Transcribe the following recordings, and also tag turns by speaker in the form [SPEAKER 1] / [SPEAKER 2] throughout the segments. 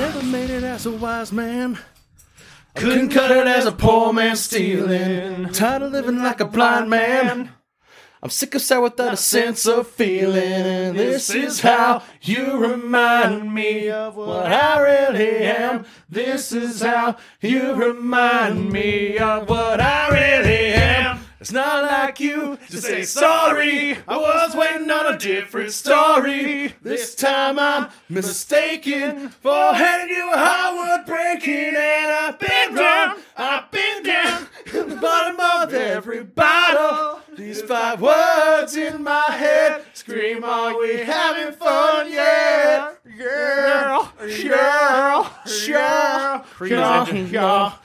[SPEAKER 1] as a wise man. Couldn't cut it as a poor man stealing. Tired of living like a blind man. I'm sick of sour without a sense of feeling. And this is how you remind me of what I really am. This is how you remind me of what I really am. It's not like you to say sorry. I was waiting on a different story. This time I'm mistaken for handing you a heart worth breaking. And I've been wrong, I've been down in the bottom of every bottle. These five words in my head scream, Are we having fun yet? Girl, girl, girl, girl, girl, girl.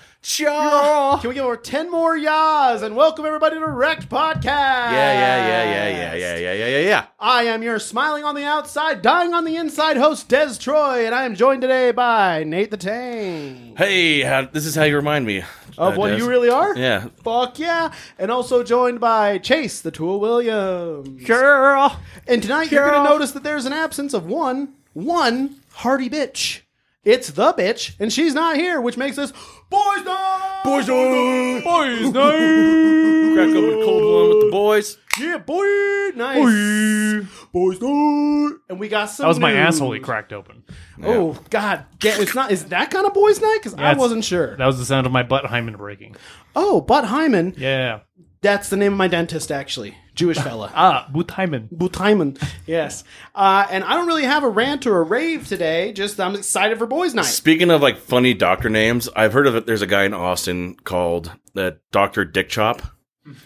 [SPEAKER 2] Can we give over 10 more yas and welcome everybody to Wrecked Podcast? Yeah,
[SPEAKER 1] yeah, yeah, yeah, yeah.
[SPEAKER 2] I am your smiling on the outside, dying on the inside host, Des Troy, and I am joined today by Nate the Tank.
[SPEAKER 1] Hey, how, this is how you remind me
[SPEAKER 2] Of
[SPEAKER 1] uh,
[SPEAKER 2] what
[SPEAKER 1] Des.
[SPEAKER 2] you really are?
[SPEAKER 1] Yeah,
[SPEAKER 2] Fuck yeah. And also joined by Chase the Tool Williams.
[SPEAKER 1] girl.
[SPEAKER 2] And tonight you're going to notice that there's an absence of one, one hardy bitch. It's the bitch, and she's not here, which makes this boys night.
[SPEAKER 1] Boys night. Boys night. Crack open a cold one with the boys.
[SPEAKER 2] yeah, boy, nice, boys, night. And we got some.
[SPEAKER 3] That was my
[SPEAKER 2] news.
[SPEAKER 3] asshole he cracked open.
[SPEAKER 2] Oh God, damn, it's not. Is that kind of boys' night? Because I
[SPEAKER 3] it's-
[SPEAKER 2] wasn't sure.
[SPEAKER 3] That was the sound of my butt hymen breaking.
[SPEAKER 2] Oh, Butt Hyman.
[SPEAKER 3] Yeah.
[SPEAKER 2] That's the name of my dentist, actually. Jewish fella.
[SPEAKER 3] Ah, butt hymen.
[SPEAKER 2] Butaiman, yes. Uh, and I don't really have a rant or a rave today. Just I'm excited for boys' night.
[SPEAKER 1] Speaking of like funny doctor names, I've heard of it. There's a guy in Austin called uh, Doctor Dick Chop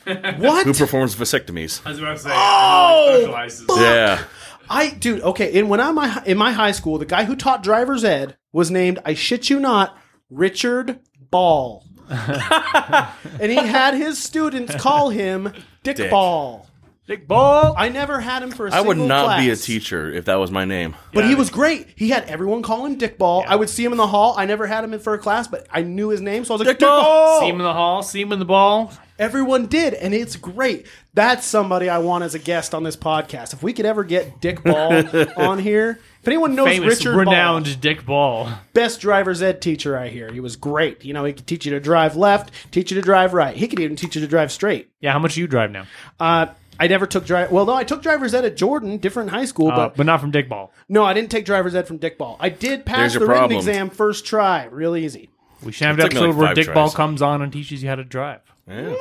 [SPEAKER 2] What?
[SPEAKER 1] who performs vasectomies.
[SPEAKER 4] That's what I'm saying.
[SPEAKER 2] Oh,
[SPEAKER 4] Everybody specializes.
[SPEAKER 2] fuck.
[SPEAKER 1] Yeah,
[SPEAKER 2] I dude, okay, and when I'm my, in my high school, the guy who taught driver's ed was named, I shit you not, Richard Ball. and he had his students call him Dick,
[SPEAKER 1] Dick.
[SPEAKER 2] Ball.
[SPEAKER 3] Dick ball.
[SPEAKER 2] I never had him for a
[SPEAKER 1] I would
[SPEAKER 2] single
[SPEAKER 1] not be a
[SPEAKER 2] class.
[SPEAKER 1] teacher if that was my name.
[SPEAKER 2] But he was great. He had everyone call him Dick Ball. I would see him in the hall. I never had him in for a class, but I knew his name, so I was like, Dick, Ball!
[SPEAKER 3] Seam in the hall, seam in the ball.
[SPEAKER 2] Everyone did, and it's great. That's somebody I want as a guest on this podcast. If we could ever get Dick Ball on here. If anyone knows
[SPEAKER 3] Famous,
[SPEAKER 2] Richard
[SPEAKER 3] renowned
[SPEAKER 2] Ball,
[SPEAKER 3] Dick Ball.
[SPEAKER 2] best driver's ed teacher I hear. He was great. You know, he could teach you to drive left, teach you to drive right. He could even teach you to drive straight.
[SPEAKER 3] Yeah, how much do you drive now?
[SPEAKER 2] Uh, I never took drive. Well, no, I took driver's ed at Jordan, different high school,
[SPEAKER 3] Uh,
[SPEAKER 2] but
[SPEAKER 3] but not from Dick Ball.
[SPEAKER 2] no, I didn't take driver's ed from Dick Ball. I did pass
[SPEAKER 1] There's
[SPEAKER 2] the
[SPEAKER 1] your
[SPEAKER 2] written
[SPEAKER 1] problem.
[SPEAKER 2] exam first try, real easy.
[SPEAKER 3] We should have
[SPEAKER 1] It
[SPEAKER 3] an
[SPEAKER 1] took me like
[SPEAKER 3] episode where
[SPEAKER 1] five
[SPEAKER 3] Dick
[SPEAKER 1] tries.
[SPEAKER 3] Ball comes on and teaches you how to drive.
[SPEAKER 1] Yeah.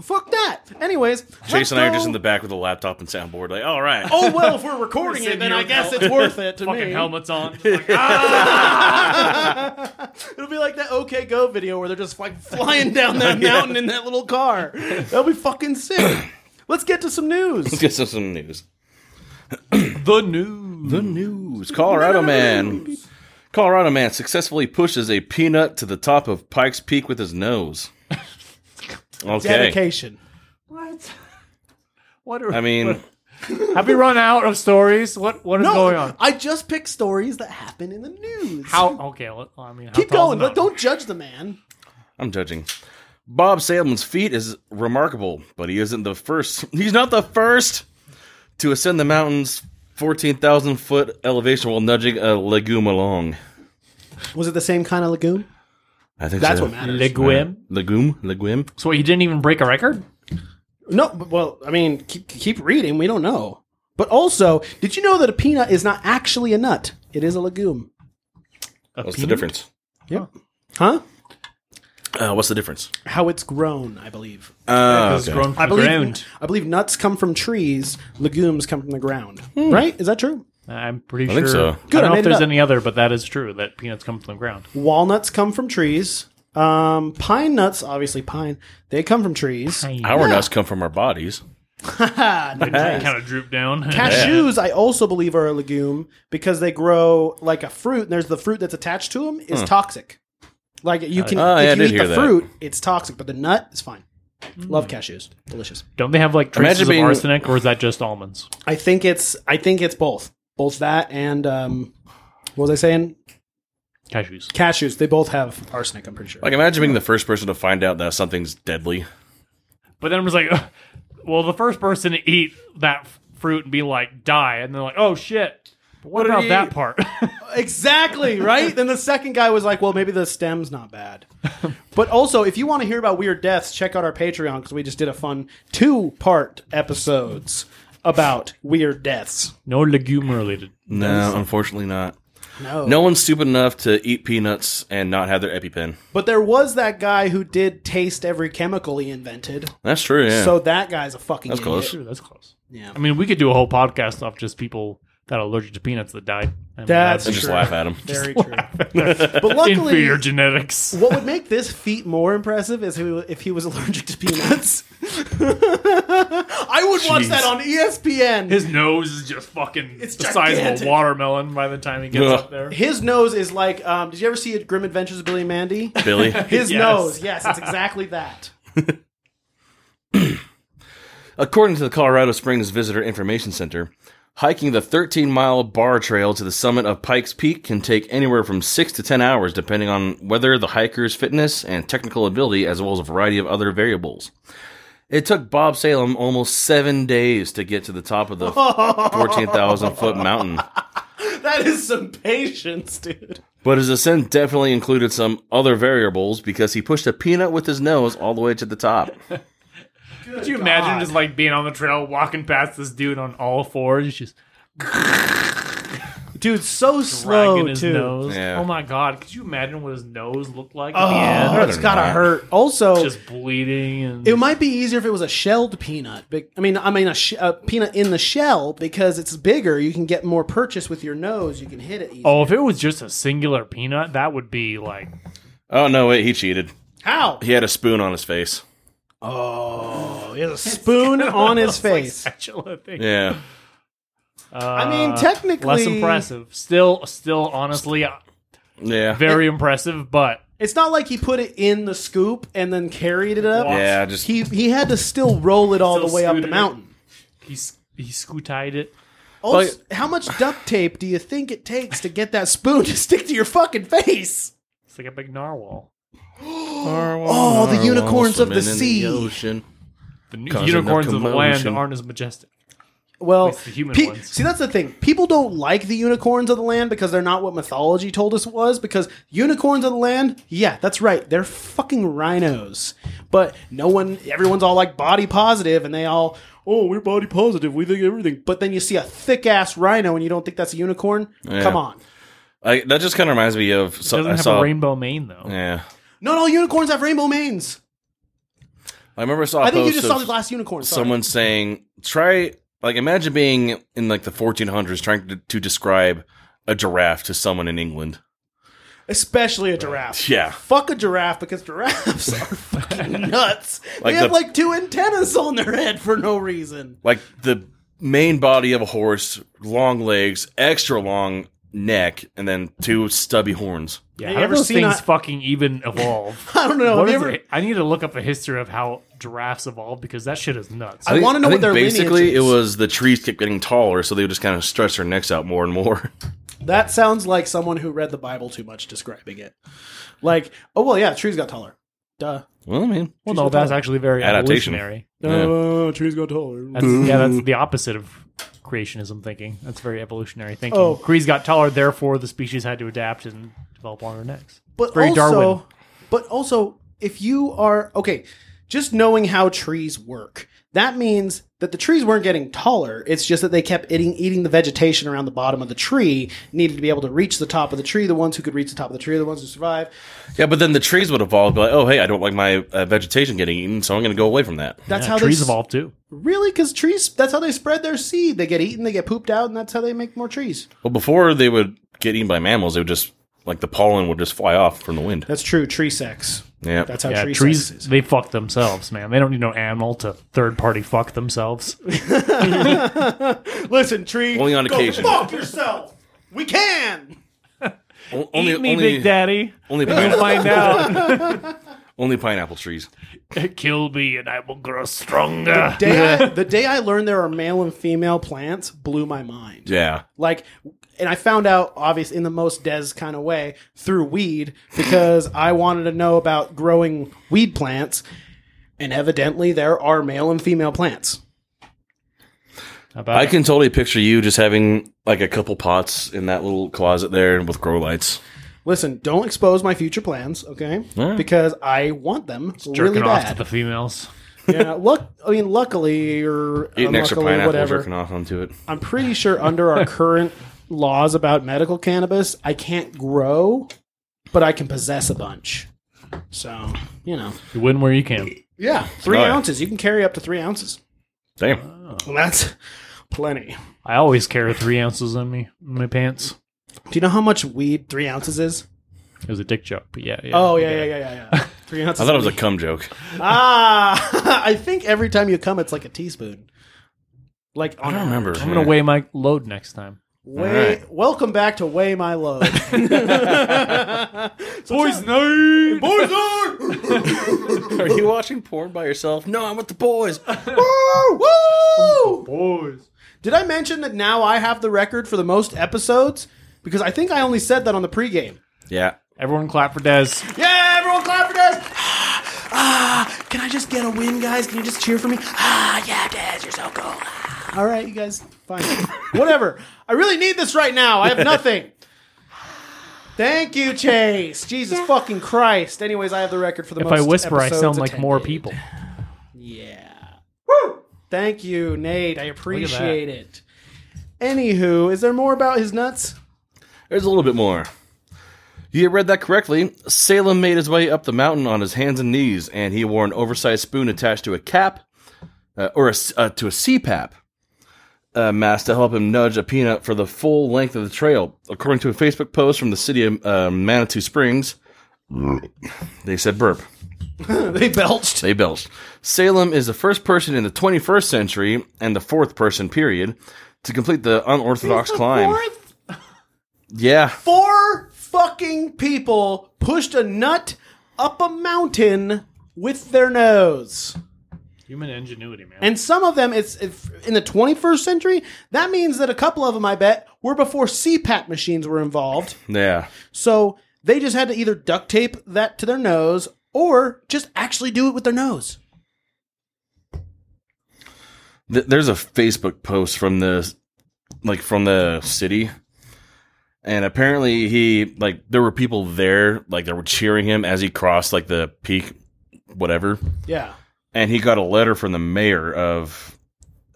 [SPEAKER 2] Fuck that. Anyways,
[SPEAKER 1] Chase
[SPEAKER 2] let's
[SPEAKER 1] and I are
[SPEAKER 2] go-
[SPEAKER 1] just in the back with a laptop and soundboard, like, all right.
[SPEAKER 2] Oh well, if we're recording it,
[SPEAKER 3] Sitting
[SPEAKER 2] then
[SPEAKER 3] here
[SPEAKER 2] I guess
[SPEAKER 3] with
[SPEAKER 2] it's worth it to
[SPEAKER 3] Fucking
[SPEAKER 2] me.
[SPEAKER 3] helmets on.
[SPEAKER 2] It'll be like that OK Go video where they're just like flying down that mountain in that little car. That'll be fucking sick. Let's get to some news.
[SPEAKER 1] Let's get some, some news.
[SPEAKER 3] the news.
[SPEAKER 1] The news. Colorado man. Colorado man successfully pushes a peanut to the top of Pikes Peak with his nose. Okay.
[SPEAKER 2] Dedication.
[SPEAKER 3] What? What are,
[SPEAKER 1] I mean,
[SPEAKER 3] what- have we run out of stories? What What is
[SPEAKER 2] No,
[SPEAKER 3] going on?
[SPEAKER 2] I just pick stories that happen in the news.
[SPEAKER 3] How? Okay, well, I mean, how
[SPEAKER 2] Keep
[SPEAKER 3] tall's
[SPEAKER 2] going,
[SPEAKER 3] the
[SPEAKER 2] but don't judge the man.
[SPEAKER 1] I'm judging. Bob Salem's feat is remarkable, but he isn't the first. He's not the first to ascend the mountain's 14,000 foot elevation while nudging a legume along.
[SPEAKER 2] Was it the same kind of legume?
[SPEAKER 1] I think
[SPEAKER 2] That's
[SPEAKER 1] so. Uh,
[SPEAKER 2] what matters.
[SPEAKER 3] mountain? Leguim.
[SPEAKER 1] Legume? Legume?
[SPEAKER 3] So he didn't even break a record?
[SPEAKER 2] no, but, well, I mean, keep, keep reading. We don't know. But also, did you know that a peanut is not actually a nut? It is a legume.
[SPEAKER 1] What's the difference?
[SPEAKER 2] Yep. Huh?
[SPEAKER 1] Uh, what's the difference?
[SPEAKER 2] How it's grown, I believe.
[SPEAKER 1] Uh,
[SPEAKER 3] It's grown from
[SPEAKER 2] I
[SPEAKER 3] the
[SPEAKER 2] believe
[SPEAKER 3] ground.
[SPEAKER 2] I believe nuts come from trees, legumes come from the ground. Right? Is that true?
[SPEAKER 3] I'm pretty
[SPEAKER 1] I
[SPEAKER 3] sure.
[SPEAKER 1] think so.
[SPEAKER 2] Good,
[SPEAKER 3] I
[SPEAKER 2] I
[SPEAKER 3] don't know
[SPEAKER 2] made
[SPEAKER 3] if
[SPEAKER 2] it
[SPEAKER 3] there's
[SPEAKER 2] up.
[SPEAKER 3] any other, but that is true. That peanuts come from the ground.
[SPEAKER 2] Walnuts come from trees. Um, pine nuts, obviously pine, they come from trees.
[SPEAKER 1] Our nuts come from our bodies.
[SPEAKER 3] kind of droop down.
[SPEAKER 2] Cashews, I also believe, are a legume because they grow like a fruit, and there's the fruit that's attached to them is toxic. Like you can,
[SPEAKER 1] Oh, yeah, I
[SPEAKER 2] if you
[SPEAKER 1] did
[SPEAKER 2] eat the
[SPEAKER 1] hear that.
[SPEAKER 2] fruit, it's toxic, but the nut is fine. Love cashews, delicious.
[SPEAKER 3] Don't they have like traces
[SPEAKER 1] Imagine
[SPEAKER 3] of
[SPEAKER 1] being-
[SPEAKER 3] arsenic, or is that just almonds?
[SPEAKER 2] I think it's, I think it's both, both that and um, what was I saying?
[SPEAKER 3] Cashews.
[SPEAKER 2] Cashews, they both have arsenic. I'm pretty sure.
[SPEAKER 1] Like, imagine being the first person to find out that something's deadly.
[SPEAKER 3] But then it was like, ugh, well, the first person to eat that f- fruit and be like die, and they're like, oh shit. But what,
[SPEAKER 1] What did
[SPEAKER 3] about
[SPEAKER 1] he
[SPEAKER 3] that
[SPEAKER 1] eat?
[SPEAKER 3] part?
[SPEAKER 2] exactly right. Then the second guy was like, "Well, maybe the stem's not bad." But also, if you want to hear about weird deaths, check out our Patreon because we just did a fun two-part episodes about weird deaths.
[SPEAKER 3] No legume related.
[SPEAKER 1] No, unfortunately not.
[SPEAKER 2] No,
[SPEAKER 1] No one's stupid enough to eat peanuts and not have their EpiPen.
[SPEAKER 2] But there was that guy who did taste every chemical he invented.
[SPEAKER 1] That's true. Yeah.
[SPEAKER 2] So that guy's a fucking.
[SPEAKER 1] That's
[SPEAKER 2] idiot.
[SPEAKER 1] close.
[SPEAKER 3] Dude, that's close.
[SPEAKER 2] Yeah.
[SPEAKER 3] I mean, we could do a whole podcast off just people that are allergic to peanuts that died. I mean,
[SPEAKER 2] That's
[SPEAKER 1] and just
[SPEAKER 2] true.
[SPEAKER 1] laugh at them.
[SPEAKER 2] Very true. but luckily,
[SPEAKER 3] inferior genetics.
[SPEAKER 2] what would make this feat more impressive is who- if he was allergic to peanuts. I would watch
[SPEAKER 3] Jeez.
[SPEAKER 2] that on E ESPN. His,
[SPEAKER 3] His nose is just fucking
[SPEAKER 2] It's
[SPEAKER 3] the size of
[SPEAKER 2] gigantic.
[SPEAKER 3] a watermelon by the time he gets
[SPEAKER 1] Ugh.
[SPEAKER 3] up there.
[SPEAKER 2] nose is like. Um, did you ever see Grim Adventures of Billy and Mandy?
[SPEAKER 1] Billy.
[SPEAKER 2] His
[SPEAKER 3] Yes.
[SPEAKER 2] nose. Yes, it's exactly that.
[SPEAKER 1] According to the Colorado Springs Visitor Information Center, hiking the 13 mile bar trail to the summit of Pikes Peak can take anywhere from 6 to 10 hours, depending on whether the hiker's fitness and technical ability, as well as a variety of other variables. It took Bob Salem almost seven days to get to the top of the 14,000 foot mountain,
[SPEAKER 2] That is some patience, dude.
[SPEAKER 1] but his ascent definitely included some other variables because he pushed a peanut with his nose all the way to the top.
[SPEAKER 3] Could you imagine just like being on the trail, walking past this dude on all fours, just
[SPEAKER 2] Dude, so
[SPEAKER 3] dragging
[SPEAKER 2] slow
[SPEAKER 3] his
[SPEAKER 2] too.
[SPEAKER 3] nose?
[SPEAKER 1] Yeah.
[SPEAKER 3] Oh my god! Could you imagine what his nose looked like?
[SPEAKER 2] Oh,
[SPEAKER 3] At the end?
[SPEAKER 2] it's gotta
[SPEAKER 1] not.
[SPEAKER 2] hurt. Also,
[SPEAKER 3] Just bleeding and
[SPEAKER 2] It might be easier if it was a shelled peanut. Be- I mean, I mean a, sh- a peanut in the shell because it's bigger. You can get more purchase with your nose. You can hit it. Easier.
[SPEAKER 3] Oh, if it was just a singular peanut, that would be like
[SPEAKER 1] Oh, no, wait, he cheated.
[SPEAKER 2] How?
[SPEAKER 1] He had a spoon on his face.
[SPEAKER 2] Oh, he has a spoon on his face.
[SPEAKER 3] spatula thing.
[SPEAKER 1] Yeah.
[SPEAKER 2] I mean,
[SPEAKER 3] Uh,
[SPEAKER 2] technically,
[SPEAKER 3] less impressive. Still, still, honestly, uh,
[SPEAKER 1] Yeah.
[SPEAKER 3] very impressive. But
[SPEAKER 2] It's not like he put it in the scoop and then carried it up.
[SPEAKER 1] Yeah, just
[SPEAKER 2] He he had to still roll it all
[SPEAKER 3] Still
[SPEAKER 2] the way up the
[SPEAKER 3] scooted it.
[SPEAKER 2] mountain.
[SPEAKER 3] he s- he scootied it.
[SPEAKER 2] Also,
[SPEAKER 1] Like-
[SPEAKER 2] how much duct tape do you think it takes to get that spoon to stick to your fucking face?
[SPEAKER 3] It's like a big narwhal.
[SPEAKER 1] Oh,
[SPEAKER 2] the unicorns of the sea.
[SPEAKER 1] ocean.
[SPEAKER 3] The new
[SPEAKER 1] Causing a
[SPEAKER 3] unicorns of the land
[SPEAKER 1] commotion.
[SPEAKER 3] aren't as majestic.
[SPEAKER 2] Well,
[SPEAKER 3] least the human
[SPEAKER 2] pe-
[SPEAKER 3] ones.
[SPEAKER 2] see, that's the thing. People don't like the unicorns of the land because they're not what mythology told us it was. Because unicorns of the land, yeah, that's right, they're fucking rhinos. But no one, everyone's all like body positive, and they all, oh, we're body positive, we think everything. But then you see a thick ass rhino, and you don't think that's a unicorn. Come on,
[SPEAKER 1] I, that just kind of reminds me of. So,
[SPEAKER 3] Doesn't
[SPEAKER 1] I
[SPEAKER 3] have
[SPEAKER 1] saw,
[SPEAKER 3] a rainbow mane though.
[SPEAKER 1] Yeah,
[SPEAKER 2] not all unicorns have rainbow manes.
[SPEAKER 1] I remember I saw. I
[SPEAKER 2] I think you just saw
[SPEAKER 1] of
[SPEAKER 2] the last unicorn. Sorry.
[SPEAKER 1] someone saying, "Try like imagine being in like the 1400s trying to, to describe a giraffe to someone in England."
[SPEAKER 2] especially a giraffe.
[SPEAKER 1] Yeah.
[SPEAKER 2] fuck a giraffe because giraffes are fucking nuts. they
[SPEAKER 1] Like
[SPEAKER 2] have
[SPEAKER 1] the-
[SPEAKER 2] like two antennas on their head for no reason.
[SPEAKER 1] Like the main body of a horse, long legs, extra long neck, and then two stubby horns.
[SPEAKER 3] Yeah,
[SPEAKER 2] Have
[SPEAKER 3] how
[SPEAKER 2] you
[SPEAKER 3] do
[SPEAKER 2] ever
[SPEAKER 3] those
[SPEAKER 2] seen
[SPEAKER 3] things
[SPEAKER 2] a-
[SPEAKER 3] fucking even evolve?
[SPEAKER 2] I don't know.
[SPEAKER 3] What
[SPEAKER 2] Have you
[SPEAKER 3] is
[SPEAKER 2] ever-
[SPEAKER 3] it? I need to look up the history of how giraffes evolved because that shit is nuts.
[SPEAKER 2] I
[SPEAKER 1] think-
[SPEAKER 2] wanna know what
[SPEAKER 1] think
[SPEAKER 2] their lineage
[SPEAKER 1] basically
[SPEAKER 2] is.
[SPEAKER 1] it was the trees kept getting taller, so they would just kind of stretch their necks out more and more.
[SPEAKER 2] That sounds like someone who read the Bible too much describing it. Like, oh well, yeah, trees got taller. Duh.
[SPEAKER 1] well, I mean,
[SPEAKER 3] well, no, that's actually very
[SPEAKER 1] Adaptation.
[SPEAKER 3] evolutionary.
[SPEAKER 2] Uh, trees got taller.
[SPEAKER 3] That's, yeah, that's the opposite of creationism thinking. That's very evolutionary thinking.
[SPEAKER 2] Oh.
[SPEAKER 3] Trees got taller, therefore the species had to adapt and develop on their necks.
[SPEAKER 2] but
[SPEAKER 3] very
[SPEAKER 2] also,
[SPEAKER 3] Darwin.
[SPEAKER 2] But also, if you are okay, just knowing how trees work, that means that the trees weren't getting taller. It's just that they kept eating eating the vegetation around the bottom of the tree. Needed to be able to reach the top of the tree. The ones who could reach the top of the tree are the ones who survive.
[SPEAKER 1] Yeah, but then the trees would evolve. Be like, oh, hey, I don't like my uh, vegetation getting eaten, so I'm going to go away from that.
[SPEAKER 2] That's
[SPEAKER 3] Yeah,
[SPEAKER 2] how
[SPEAKER 3] trees
[SPEAKER 2] they s-
[SPEAKER 3] evolved too.
[SPEAKER 2] Really, because trees. That's how they spread their seed. They get eaten. They get pooped out, and that's how they make more trees.
[SPEAKER 1] Well, before they would get eaten by mammals, they would just like the pollen would just fly off from the wind.
[SPEAKER 2] That's true. Tree sex.
[SPEAKER 1] Yeah,
[SPEAKER 2] That's how
[SPEAKER 3] Yeah,
[SPEAKER 2] tree
[SPEAKER 3] trees,
[SPEAKER 2] sex is.
[SPEAKER 3] they fuck themselves, man. They don't need no animal to third party fuck themselves.
[SPEAKER 2] Listen, tree.
[SPEAKER 1] Only on
[SPEAKER 2] go
[SPEAKER 1] occasion.
[SPEAKER 2] Fuck yourself. We can.
[SPEAKER 1] O- only
[SPEAKER 3] Eat me,
[SPEAKER 1] only,
[SPEAKER 3] Big Daddy.
[SPEAKER 1] only, pineapple,
[SPEAKER 3] Find out.
[SPEAKER 1] only pineapple trees.
[SPEAKER 3] Kill me and I will grow stronger.
[SPEAKER 2] Day I, the day I learned there are male and female plants blew my mind.
[SPEAKER 1] Yeah,
[SPEAKER 2] Like, and I found out, obvious in the most Des kind of way, through weed because I wanted to know about growing weed plants, and evidently there are male and female plants.
[SPEAKER 3] How about
[SPEAKER 1] I
[SPEAKER 3] it?
[SPEAKER 1] can totally picture you just having like a couple pots in that little closet there and with grow lights.
[SPEAKER 2] Listen, don't expose my future plans, okay?
[SPEAKER 1] Alright.
[SPEAKER 2] Because I want them
[SPEAKER 3] jerking
[SPEAKER 2] really
[SPEAKER 3] off
[SPEAKER 2] bad.
[SPEAKER 3] to the females?
[SPEAKER 2] yeah, luck. I mean, luckily or
[SPEAKER 1] Eat an extra
[SPEAKER 2] unluckily,
[SPEAKER 1] pineapple
[SPEAKER 2] whatever.
[SPEAKER 1] jerking off onto it.
[SPEAKER 2] I'm pretty sure under our current laws about medical cannabis, I can't grow, but I can possess a bunch. So you know,
[SPEAKER 3] You win where you can.
[SPEAKER 2] yeah, three
[SPEAKER 1] Oh, yeah.
[SPEAKER 2] ounces. You can carry up to three ounces.
[SPEAKER 1] Damn.
[SPEAKER 2] And that's plenty.
[SPEAKER 3] I always carry three ounces in me in my pants.
[SPEAKER 2] Do you know how much weed three ounces is?
[SPEAKER 3] It was a dick joke, but yeah. yeah
[SPEAKER 2] Oh
[SPEAKER 3] you
[SPEAKER 2] yeah,
[SPEAKER 3] get
[SPEAKER 2] yeah,
[SPEAKER 3] it.
[SPEAKER 2] yeah, yeah, yeah. Three ounces.
[SPEAKER 1] I thought it was a cum joke.
[SPEAKER 2] ah. I think every time you come, it's like a teaspoon. Like
[SPEAKER 1] I
[SPEAKER 2] on
[SPEAKER 1] don't remember.
[SPEAKER 3] I'm gonna weigh my load next time.
[SPEAKER 2] Way,
[SPEAKER 1] All
[SPEAKER 2] welcome back to Weigh My Load.
[SPEAKER 3] Boys night. Boys
[SPEAKER 1] Are you watching porn by yourself? No, I'm with the boys.
[SPEAKER 2] Woo! Woo!
[SPEAKER 3] Boys.
[SPEAKER 2] Did I mention that now I have the record for the most episodes? Because I think I only said that on the pregame.
[SPEAKER 1] Yeah.
[SPEAKER 3] Everyone clap for Dez.
[SPEAKER 2] Yeah, everyone clap for Des. ah, can I just get a win, guys? Can you just cheer for me? Ah, yeah, Des, you're so cool. Ah. All right, you guys, fine. Whatever. I really need this right now. I have nothing. Thank you, Chase. Jesus fucking Christ. Anyways, I have the record for the
[SPEAKER 3] If
[SPEAKER 2] most
[SPEAKER 3] I whisper, I
[SPEAKER 2] episodes
[SPEAKER 3] sound like more
[SPEAKER 2] attended.
[SPEAKER 3] people.
[SPEAKER 2] Yeah. Thank you, Nate. I appreciate
[SPEAKER 3] appreciate
[SPEAKER 2] it. Anywho, is there more about his nuts?
[SPEAKER 1] There's a little bit more. You read that correctly. Salem made his way up the mountain on his hands and knees, and he wore an oversized spoon attached to a cap uh, or a s uh, to a CPAP uh, mask to help him nudge a peanut for the full length of the trail. According to a Facebook post from the city of uh, Manitou Springs, they said burp.
[SPEAKER 2] they belched.
[SPEAKER 1] They belched. Salem is the first person in the 21st century and the fourth person period to complete the unorthodox climb. Yeah.
[SPEAKER 2] Four fucking people pushed a nut up a mountain with their nose.
[SPEAKER 3] Human ingenuity, man.
[SPEAKER 2] And some of them, it's if, in the 21st century. That means that a couple of them, I bet, were before CPAP machines were involved.
[SPEAKER 1] Yeah.
[SPEAKER 2] So they just had to either duct tape that to their nose or just actually do it with their nose.
[SPEAKER 1] Th- there's a Facebook post from the like from the city, and apparently he like there were people there like they were cheering him as he crossed like the peak, whatever,
[SPEAKER 2] Yeah.
[SPEAKER 1] and he got a letter from the mayor of,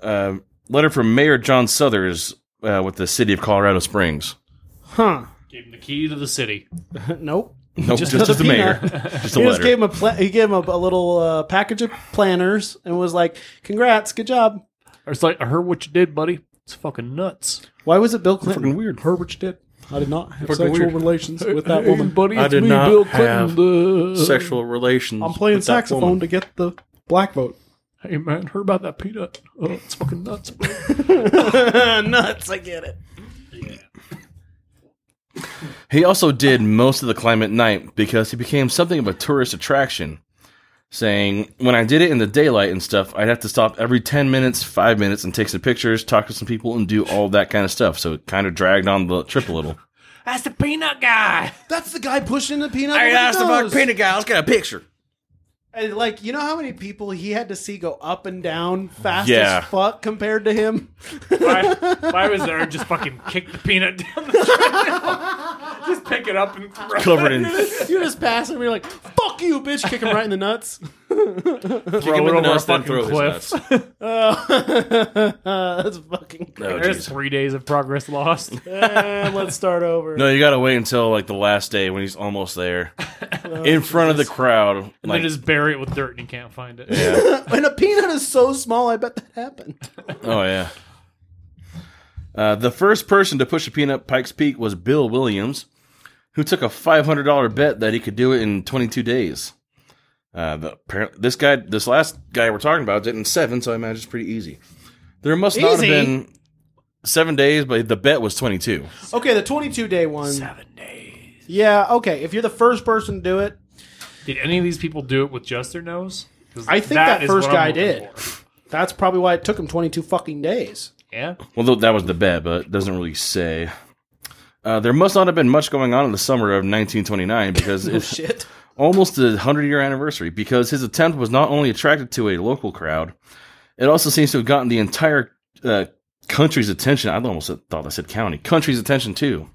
[SPEAKER 1] uh, letter from Mayor John Southers uh, with the city of Colorado Springs.
[SPEAKER 2] Huh.
[SPEAKER 3] Gave him the key to the city.
[SPEAKER 2] Nope.
[SPEAKER 1] No, just,
[SPEAKER 2] Just
[SPEAKER 1] just,
[SPEAKER 2] another
[SPEAKER 1] the mayor, just a
[SPEAKER 2] He just
[SPEAKER 1] letter.
[SPEAKER 2] gave him a pla- he gave him a, a little uh, package of planners and was like, "Congrats, good job."
[SPEAKER 3] Or it's like, I heard what you did, buddy. It's fucking nuts.
[SPEAKER 2] Why was it Bill Clinton?
[SPEAKER 1] weird.
[SPEAKER 2] Her which did. I did not have
[SPEAKER 1] Fucking
[SPEAKER 2] sexual
[SPEAKER 1] weird.
[SPEAKER 2] relations with that woman.
[SPEAKER 3] buddy,
[SPEAKER 1] I
[SPEAKER 3] it's
[SPEAKER 1] did
[SPEAKER 3] me,
[SPEAKER 1] not
[SPEAKER 3] Bill
[SPEAKER 1] have
[SPEAKER 3] Clinton. the-
[SPEAKER 1] Sexual relations.
[SPEAKER 2] I'm playing
[SPEAKER 1] with that woman.
[SPEAKER 2] saxophone to get the black vote.
[SPEAKER 3] Hey, man, heard about that peanut. Oh, it's fucking nuts, bro.
[SPEAKER 2] Ah, Nuts, I get it.
[SPEAKER 1] He also did most of the climb at night because he became something of a tourist attraction, saying, When I did it in the daylight and stuff, I'd have to stop every 10 minutes, 5 minutes, and take some pictures, talk to some people, and do all that kind of stuff. So it kind of dragged on the trip a little.
[SPEAKER 3] That's the peanut guy.
[SPEAKER 2] That's the guy pushing the peanut. with the nose.
[SPEAKER 1] guy. Let's get a picture.
[SPEAKER 2] And like, you know how many people he had to see go up and down fast
[SPEAKER 1] Yeah.
[SPEAKER 2] as fuck compared to him.
[SPEAKER 3] If I, if I was there, I'd just fucking kick the peanut down the trail. just pick it up and throw
[SPEAKER 1] Covered in. Oh,
[SPEAKER 2] you just pass him, you're like, "Fuck you, bitch!" Kick him right in the nuts.
[SPEAKER 1] Kick him
[SPEAKER 3] it
[SPEAKER 1] in the
[SPEAKER 3] over a
[SPEAKER 1] nuts, then
[SPEAKER 3] fucking
[SPEAKER 1] throw his
[SPEAKER 3] cliff.
[SPEAKER 1] nuts.
[SPEAKER 2] Oh, that's fucking.
[SPEAKER 1] Oh,
[SPEAKER 3] There's
[SPEAKER 1] jeez.
[SPEAKER 3] three days of progress lost.
[SPEAKER 2] Eh, let's start over.
[SPEAKER 1] No, you gotta wait until like the last day when he's almost there, in front of the crowd.
[SPEAKER 3] And then
[SPEAKER 1] Like,
[SPEAKER 3] just bury it with dirt and you can't find it.
[SPEAKER 1] yeah.
[SPEAKER 2] And a peanut is so small, I bet that happened.
[SPEAKER 1] Oh yeah. Uh, the first person to push a peanut Pike's Peak was Bill Williams, who took a five hundred dollar bet that he could do it in twenty two days. Uh, the, appar- this guy, this last guy we're talking about, did it in seven, so I imagine it's pretty easy. There must not have
[SPEAKER 2] Easy?
[SPEAKER 1] been seven days, but the bet was twenty two.
[SPEAKER 2] Okay, the 22 day one.
[SPEAKER 3] Seven days.
[SPEAKER 2] Yeah, okay. If you're the first person to do it,
[SPEAKER 3] Did any of these people do it with just their nose? 'Cause
[SPEAKER 2] I think that
[SPEAKER 3] is
[SPEAKER 2] first
[SPEAKER 3] what I'm
[SPEAKER 2] guy
[SPEAKER 3] looking
[SPEAKER 2] did.
[SPEAKER 3] for.
[SPEAKER 2] that's probably why it took him 22 fucking days.
[SPEAKER 3] Yeah.
[SPEAKER 1] Well, th- that was the bet, but it doesn't really say. Uh, there must not have been much going on in the summer of 1929 because
[SPEAKER 2] Oh,
[SPEAKER 1] it,
[SPEAKER 2] shit.
[SPEAKER 1] almost a 100 year anniversary because his attempt was not only attracted to a local crowd, it also seems to have gotten the entire uh, country's attention. I almost thought I said county. Country's attention too.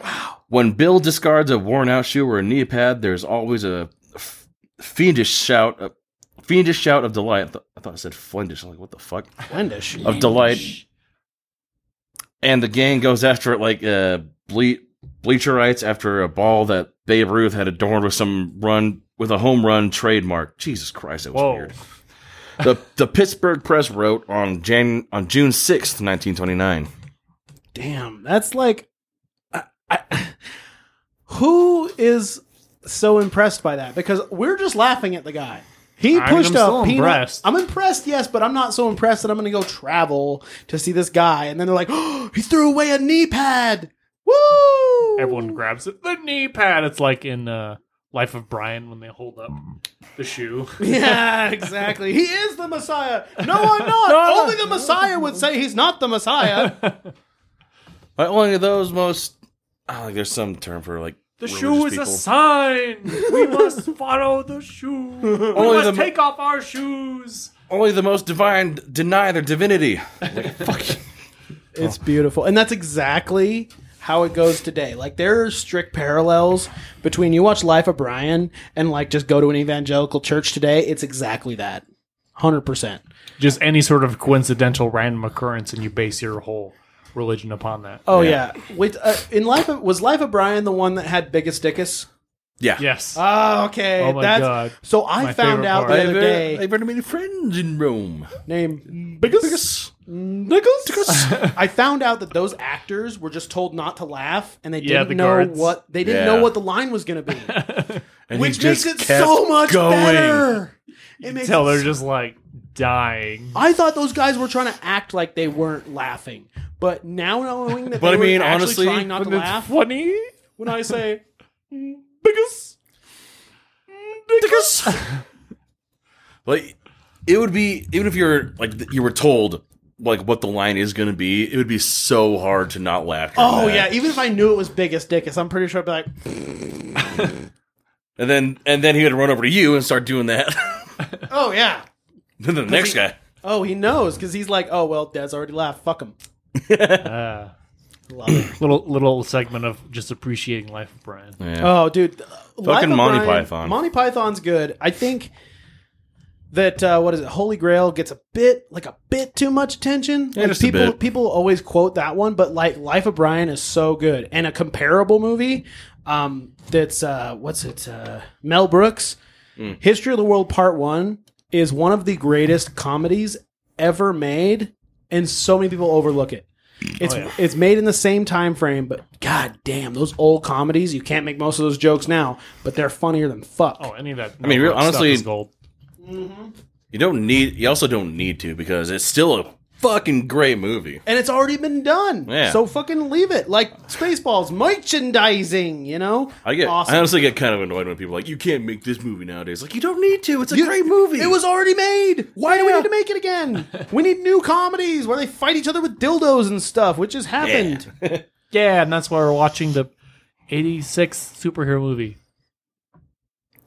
[SPEAKER 1] Wow. When Bill discards a worn-out shoe or a knee pad, there's always a f- fiendish shout, a fiendish shout of delight. I, thought I thought I said flindish. I'm like, what the fuck?
[SPEAKER 2] Wendish.
[SPEAKER 1] Of delight. And the gang goes after it like uh, ble- bleacherites after a ball that Babe Ruth had adorned with some run with a home run trademark. Jesus Christ, that was
[SPEAKER 3] Whoa.
[SPEAKER 1] weird. The the Pittsburgh Press wrote on Jan on June sixth, nineteen twenty nine.
[SPEAKER 2] Damn, that's like, I, I, who is so impressed by that? Because we're just laughing at the guy. He
[SPEAKER 3] I'm-
[SPEAKER 2] pushed
[SPEAKER 3] I'm
[SPEAKER 2] up.
[SPEAKER 3] still impressed.
[SPEAKER 2] I'm impressed, yes, but I'm not so impressed that I'm going to go travel to see this guy. And then they're like, oh, he threw away a knee pad. Woo!
[SPEAKER 3] Everyone grabs it. The knee pad. It's like in uh, Life of Brian when they hold up the shoe.
[SPEAKER 2] Yeah, exactly. he is the Messiah. No, I'm not. Only the Messiah would say he's not the Messiah.
[SPEAKER 1] Like only those most. I like there's some term for like
[SPEAKER 3] The
[SPEAKER 1] religious
[SPEAKER 3] shoe is
[SPEAKER 1] people.
[SPEAKER 3] a sign. We must follow the shoe. We must
[SPEAKER 1] the-
[SPEAKER 3] take off our shoes.
[SPEAKER 1] only the most divine deny their divinity.
[SPEAKER 2] It's beautiful. And that's exactly how it goes today. Like there are strict parallels between you watch Life of Brian and like just go to an evangelical church today. It's exactly that. 100%.
[SPEAKER 3] Just any sort of coincidental random occurrence, and you base your whole religion upon that.
[SPEAKER 2] Oh yeah. Wait, uh, in Life of, was Life of Brian the one that had biggest dickus?
[SPEAKER 1] Yeah.
[SPEAKER 3] Yes.
[SPEAKER 2] Oh, okay.
[SPEAKER 3] Oh my
[SPEAKER 2] That's
[SPEAKER 3] God.
[SPEAKER 2] so I
[SPEAKER 3] My
[SPEAKER 2] found
[SPEAKER 3] favorite
[SPEAKER 2] out
[SPEAKER 3] part.
[SPEAKER 2] the other day.
[SPEAKER 1] I've ever made friends in Rome.
[SPEAKER 2] name Biggest Nicholas. I found out that those actors were just told not to laugh, and they
[SPEAKER 3] Yeah,
[SPEAKER 2] didn't
[SPEAKER 3] the
[SPEAKER 2] know
[SPEAKER 3] guards.
[SPEAKER 2] what they didn't
[SPEAKER 1] Yeah.
[SPEAKER 2] know what the line was going to be,
[SPEAKER 1] And
[SPEAKER 2] which
[SPEAKER 1] he
[SPEAKER 2] makes
[SPEAKER 1] just
[SPEAKER 2] it
[SPEAKER 1] kept
[SPEAKER 2] so much
[SPEAKER 1] going.
[SPEAKER 2] better. It makes
[SPEAKER 3] Until
[SPEAKER 2] it
[SPEAKER 3] they're
[SPEAKER 2] so-
[SPEAKER 3] just like dying.
[SPEAKER 2] I thought those guys were trying to act like they weren't laughing, but now knowing that
[SPEAKER 1] But
[SPEAKER 2] they
[SPEAKER 1] I mean,
[SPEAKER 2] were actually
[SPEAKER 1] honestly,
[SPEAKER 2] trying not to
[SPEAKER 3] It's
[SPEAKER 2] laugh.
[SPEAKER 3] funny.
[SPEAKER 2] When I say
[SPEAKER 3] Biggest.
[SPEAKER 1] Dickus. like it would be even if you're like th- you were told like what the line is going to be, it would be so hard to not laugh. during
[SPEAKER 2] "Oh
[SPEAKER 1] that.
[SPEAKER 2] yeah," even if I knew it was biggest dickus, I'm pretty sure I'd be like,
[SPEAKER 1] and then and then he would run over to you and start doing that.
[SPEAKER 2] "Oh yeah."
[SPEAKER 1] then the next
[SPEAKER 2] he-
[SPEAKER 1] guy.
[SPEAKER 2] Oh, he knows because he's like, "Oh well, Dad's already laughed. Fuck him."
[SPEAKER 3] Uh,
[SPEAKER 2] Love it.
[SPEAKER 3] little little segment of just appreciating life of Brian.
[SPEAKER 2] Oh, dude, th- Life of
[SPEAKER 1] Monty
[SPEAKER 2] Brian-
[SPEAKER 1] Python.
[SPEAKER 2] Monty Python's good. I think that uh, what is it? Holy Grail gets a bit like a bit too much attention. Like,
[SPEAKER 1] just a
[SPEAKER 2] people
[SPEAKER 1] bit.
[SPEAKER 2] people always quote that one, but like Life of Brian is so good and a comparable movie. Um, that's uh, what's it? Uh, Mel Brooks,
[SPEAKER 1] Mm.
[SPEAKER 2] History of the World Part One is one of the greatest comedies ever made, and so many people overlook it.
[SPEAKER 1] Oh,
[SPEAKER 2] It's
[SPEAKER 3] yeah.
[SPEAKER 2] it's made in the same time frame, but god damn, those old comedies, you can't make most of those jokes now, but they're funnier than fuck.
[SPEAKER 3] Oh, any of that. I
[SPEAKER 1] mean, real- honestly-
[SPEAKER 3] gold.
[SPEAKER 1] You don't need. You also don't need to because it's still a fucking great movie.
[SPEAKER 2] And it's already been done.
[SPEAKER 1] Yeah.
[SPEAKER 2] So fucking leave it. Like Spaceballs, merchandising, you know?
[SPEAKER 1] I get.
[SPEAKER 2] Awesome.
[SPEAKER 1] I honestly get kind of annoyed when people are like you can't make this movie nowadays. Like you don't need to. It's a
[SPEAKER 2] You-
[SPEAKER 1] great movie.
[SPEAKER 2] It was already made. Why do we
[SPEAKER 1] Yeah.
[SPEAKER 2] need to make it again? we need new comedies where they fight each other with dildos and stuff, which has happened.
[SPEAKER 3] Yeah, and that's why we're watching the 86th superhero movie.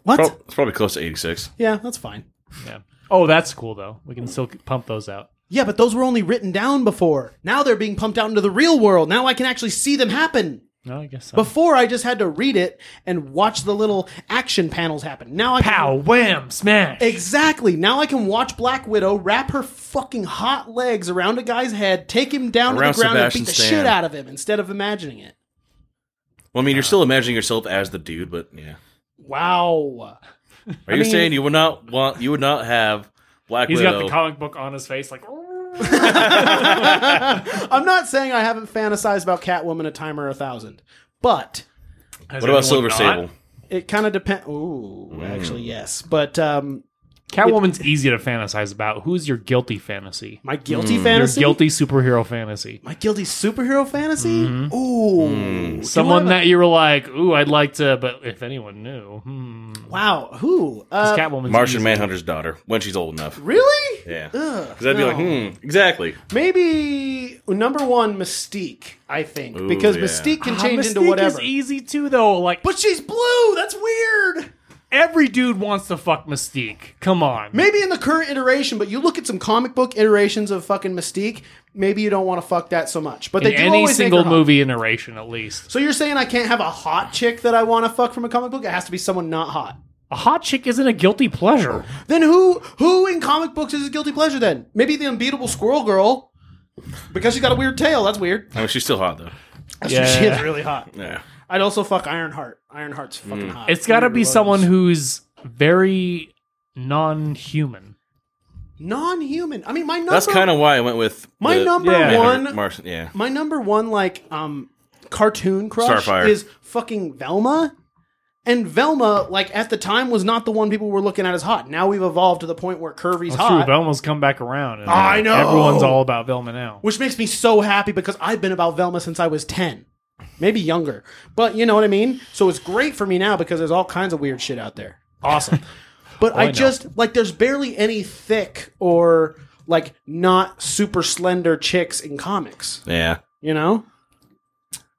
[SPEAKER 2] What?
[SPEAKER 1] Prob- it's probably close to eighty six.
[SPEAKER 2] Yeah, that's fine.
[SPEAKER 3] Yeah. Oh, that's cool though. We can still pump those out.
[SPEAKER 2] Yeah, but those were only written down before. Now they're being pumped out into the real world. Now I can actually see them happen.
[SPEAKER 3] No, I guess so.
[SPEAKER 2] Before I just had to read it and watch the little action panels happen. Now I can
[SPEAKER 3] Pow, wham, smash.
[SPEAKER 2] Exactly. Now I can watch Black Widow wrap her fucking hot legs around a guy's head, take him down
[SPEAKER 1] Around
[SPEAKER 2] to the ground,
[SPEAKER 1] Sebastian
[SPEAKER 2] and beat the
[SPEAKER 1] Stan.
[SPEAKER 2] shit out of him instead of imagining it.
[SPEAKER 1] Well, I mean, you're still imagining yourself as the dude, but yeah.
[SPEAKER 2] Wow.
[SPEAKER 1] Are you
[SPEAKER 2] mean-
[SPEAKER 1] saying you would not want? You would not have Black
[SPEAKER 3] He's
[SPEAKER 1] Widow?
[SPEAKER 3] got the comic book on his face, like. "Oh,
[SPEAKER 2] I'm not saying I haven't fantasized about Catwoman a time or a thousand, but
[SPEAKER 1] what about Silver Sable?
[SPEAKER 2] it kind of depends. Ooh, actually, yes. But um,
[SPEAKER 3] Catwoman's easy to fantasize about. Who's your guilty fantasy?
[SPEAKER 2] my guilty fantasy,
[SPEAKER 3] Your guilty superhero fantasy.
[SPEAKER 2] my guilty superhero fantasy.
[SPEAKER 1] Mm-hmm.
[SPEAKER 2] Ooh,
[SPEAKER 1] Mm.
[SPEAKER 2] Do
[SPEAKER 3] Someone
[SPEAKER 2] I have
[SPEAKER 3] that you were like, ooh, I'd like to, but if anyone knew, hmm.
[SPEAKER 2] a- wow, who? Uh,
[SPEAKER 3] Catwoman's
[SPEAKER 1] Martian
[SPEAKER 3] easy.
[SPEAKER 1] Manhunter's daughter when she's old enough.
[SPEAKER 2] really?
[SPEAKER 1] Yeah. Because
[SPEAKER 2] Ugh,
[SPEAKER 1] I'd be like,
[SPEAKER 2] no.
[SPEAKER 1] hmm, exactly.
[SPEAKER 2] Maybe number one, Mystique. I think
[SPEAKER 1] Ooh,
[SPEAKER 2] because
[SPEAKER 1] yeah.
[SPEAKER 2] Mystique can
[SPEAKER 3] Ah,
[SPEAKER 2] change into
[SPEAKER 3] Mystique
[SPEAKER 2] whatever.
[SPEAKER 3] Is easy too, though. Like, but
[SPEAKER 2] but she's blue. That's weird.
[SPEAKER 3] every dude wants to fuck Mystique. Come on.
[SPEAKER 2] Maybe in the current iteration, but you look at some comic book iterations of fucking Mystique. maybe you don't want to fuck that so much. But they
[SPEAKER 3] in
[SPEAKER 2] do
[SPEAKER 3] any
[SPEAKER 2] always make
[SPEAKER 3] single
[SPEAKER 2] her hot.
[SPEAKER 3] movie narration, at least.
[SPEAKER 2] So you're saying I can't have a hot chick that I want to fuck from a comic book? It has to be someone not hot.
[SPEAKER 3] A hot chick isn't a guilty pleasure.
[SPEAKER 2] Then who who in comic books is a guilty pleasure? Then maybe the unbeatable Squirrel Girl, because she got a weird tail. That's weird.
[SPEAKER 1] I mean, she's still hot though.
[SPEAKER 2] That's
[SPEAKER 3] Yeah.
[SPEAKER 2] she is really hot. Mm.
[SPEAKER 1] Yeah.
[SPEAKER 2] I'd also fuck Ironheart. Ironheart's fucking hot.
[SPEAKER 3] It's got to
[SPEAKER 2] Leader
[SPEAKER 3] be
[SPEAKER 2] of
[SPEAKER 3] someone
[SPEAKER 2] Lords.
[SPEAKER 3] who's very non-human.
[SPEAKER 2] non-human. I mean, my number.
[SPEAKER 1] That's kind of why I went with
[SPEAKER 2] My
[SPEAKER 1] the-
[SPEAKER 2] number
[SPEAKER 3] Yeah.
[SPEAKER 2] one-
[SPEAKER 1] Martian. Yeah.
[SPEAKER 2] my number one like um cartoon crush
[SPEAKER 1] Starfire.
[SPEAKER 2] is fucking Velma. And Velma, like at the time, was not the one people were looking at as hot. Now we've evolved to the point where Curvy's
[SPEAKER 3] That's
[SPEAKER 2] hot,
[SPEAKER 3] Oh, true. Velma's come back around. And uh,
[SPEAKER 2] I know.
[SPEAKER 3] Everyone's all about Velma now.
[SPEAKER 2] which makes me so happy because I've been about Velma since I was ten, maybe younger. But you know what I mean. So it's great for me now because there's all kinds of weird shit out there. Awesome. But I,
[SPEAKER 3] know.
[SPEAKER 2] just like there's barely any thick or like not super slender chicks in comics.
[SPEAKER 1] Yeah.
[SPEAKER 2] You know.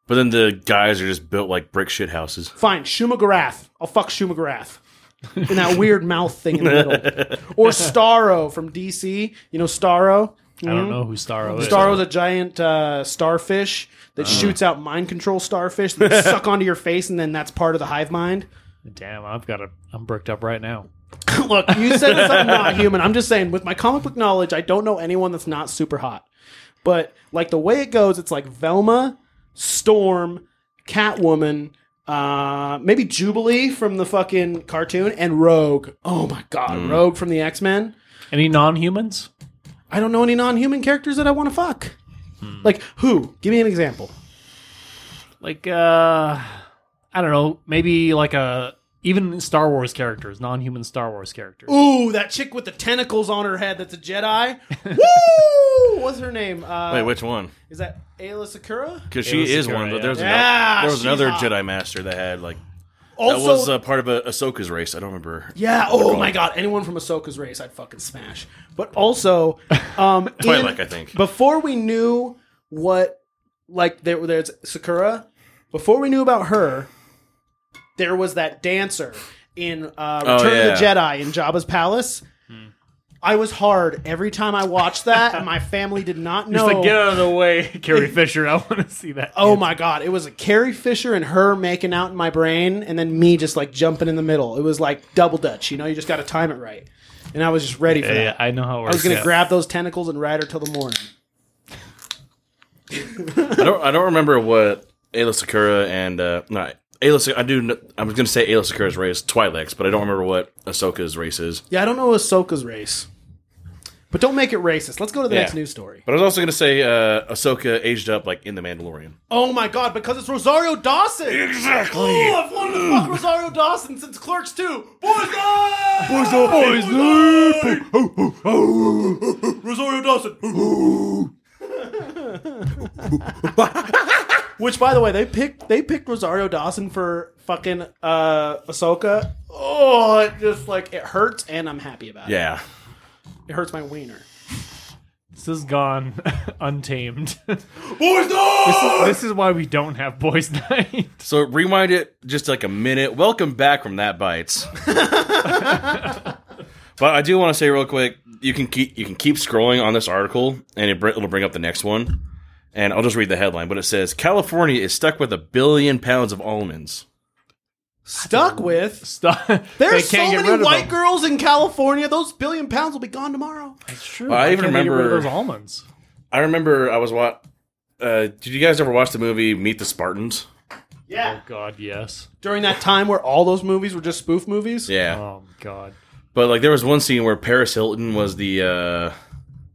[SPEAKER 1] But then the guys are just built like brick shit houses.
[SPEAKER 2] Fine, Shuma Garath. I'll fuck Shuma Garath. And that weird mouth thing in the middle. Or Starro from DC. You know Starro?
[SPEAKER 3] I don't know who Starro is.
[SPEAKER 2] Starro's a giant uh, starfish that shoots out mind control starfish that you suck onto your face, and then that's part of the hive mind.
[SPEAKER 3] Damn, I've got a. I'm bricked up right now.
[SPEAKER 2] Look, you said it's like not human. I'm just saying, with my comic book knowledge, I don't know anyone that's not super hot. But like the way it goes, it's like Velma, Storm, Catwoman, uh, maybe Jubilee from the fucking cartoon, and Rogue. Oh my god, Rogue from the X Men.
[SPEAKER 3] Any non-humans?
[SPEAKER 2] I don't know any non-human characters that I want to fuck. Like who? Give me an example.
[SPEAKER 3] Like, uh, I don't know. Maybe like a even Star Wars characters, non-human Star Wars characters.
[SPEAKER 2] Ooh, that chick with the tentacles on her head that's a Jedi. Woo! What's her name? Uh,
[SPEAKER 1] Wait, which one?
[SPEAKER 2] is that Ayla Sakura?
[SPEAKER 1] Because
[SPEAKER 3] Ayla
[SPEAKER 1] she is
[SPEAKER 3] Secura,
[SPEAKER 1] one, but
[SPEAKER 3] yeah.
[SPEAKER 1] there's
[SPEAKER 2] Yeah,
[SPEAKER 1] another, there was
[SPEAKER 2] she's
[SPEAKER 1] another
[SPEAKER 2] hot.
[SPEAKER 1] Jedi Master that had like that
[SPEAKER 2] Also,
[SPEAKER 1] was uh, part of a Ahsoka's race. I don't remember.
[SPEAKER 2] Yeah. Oh my god. Anyone from Ahsoka's race, I'd fucking smash. But also, um, in-
[SPEAKER 1] Twi'lek, I think.
[SPEAKER 2] Before we knew what, like there, there's Sakura. Before we knew about her, there was that dancer in uh, Return
[SPEAKER 1] Oh,
[SPEAKER 2] of the
[SPEAKER 1] yeah.
[SPEAKER 2] Jedi in Jabba's palace. I was hard every time I watched that, and my family did not know.
[SPEAKER 3] Just like get out of the way, Carrie Fisher. I want to see that.
[SPEAKER 2] Oh my god, it was a Carrie Fisher and her making out in my brain and then me just like jumping in the middle. It was like double dutch, you know, you just got to time it right. And I was just ready for
[SPEAKER 3] Yeah, yeah,
[SPEAKER 2] that.
[SPEAKER 3] I know how it
[SPEAKER 2] I
[SPEAKER 3] works.
[SPEAKER 2] was going to
[SPEAKER 3] yeah.
[SPEAKER 2] grab those tentacles and ride her till the morning.
[SPEAKER 1] I don't. I don't remember what Ayla Sakura and uh, no Ayla. Sek- I do. kn- I was gonna say Ayla Sakura's race Twi'lek's, but I don't remember what Ahsoka's race is.
[SPEAKER 2] Yeah, I don't know Ahsoka's race. But don't make it racist. Let's go to the
[SPEAKER 1] Yeah.
[SPEAKER 2] next news story.
[SPEAKER 1] But I was also gonna say uh, Ahsoka aged up like in the Mandalorian.
[SPEAKER 2] Oh my god, because it's Rosario Dawson.
[SPEAKER 1] Exactly.
[SPEAKER 2] Oh, I've wanted to fuck Rosario Dawson since Clerks 2. Boys Night! Boys
[SPEAKER 1] Boys
[SPEAKER 2] Rosario Dawson. Which, by the way, they picked they picked Rosario Dawson for fucking uh, Ahsoka. Oh, it just like it hurts, and I'm happy about it.
[SPEAKER 1] Yeah.
[SPEAKER 2] It hurts my wiener.
[SPEAKER 3] This has gone untamed.
[SPEAKER 2] Boys Night!
[SPEAKER 3] this is why we don't have boys' night.
[SPEAKER 1] So rewind it just like a minute. Welcome back from that bites. but I do want to say real quick, you can keep you can keep scrolling on this article, and it, br- it'll bring up the next one. And I'll just read the headline, but it says California is stuck with a billion pounds of almonds.
[SPEAKER 2] Stuck with.
[SPEAKER 3] Stop. they
[SPEAKER 2] There's
[SPEAKER 3] can't get
[SPEAKER 2] so many
[SPEAKER 3] rid of
[SPEAKER 2] white
[SPEAKER 3] them.
[SPEAKER 2] girls in California. Those billion pounds will be gone tomorrow.
[SPEAKER 3] It's true.
[SPEAKER 1] Well, I
[SPEAKER 3] Why
[SPEAKER 1] even
[SPEAKER 3] can't they get rid of
[SPEAKER 1] remember-
[SPEAKER 3] those almonds.
[SPEAKER 1] I remember I was wa Uh, did you guys ever watch the movie Meet the Spartans?
[SPEAKER 2] Yeah.
[SPEAKER 3] Oh God, yes.
[SPEAKER 2] During that time where all those movies were just spoof movies.
[SPEAKER 1] Yeah,
[SPEAKER 3] Oh God,
[SPEAKER 1] but like there was one scene where Paris Hilton was the uh,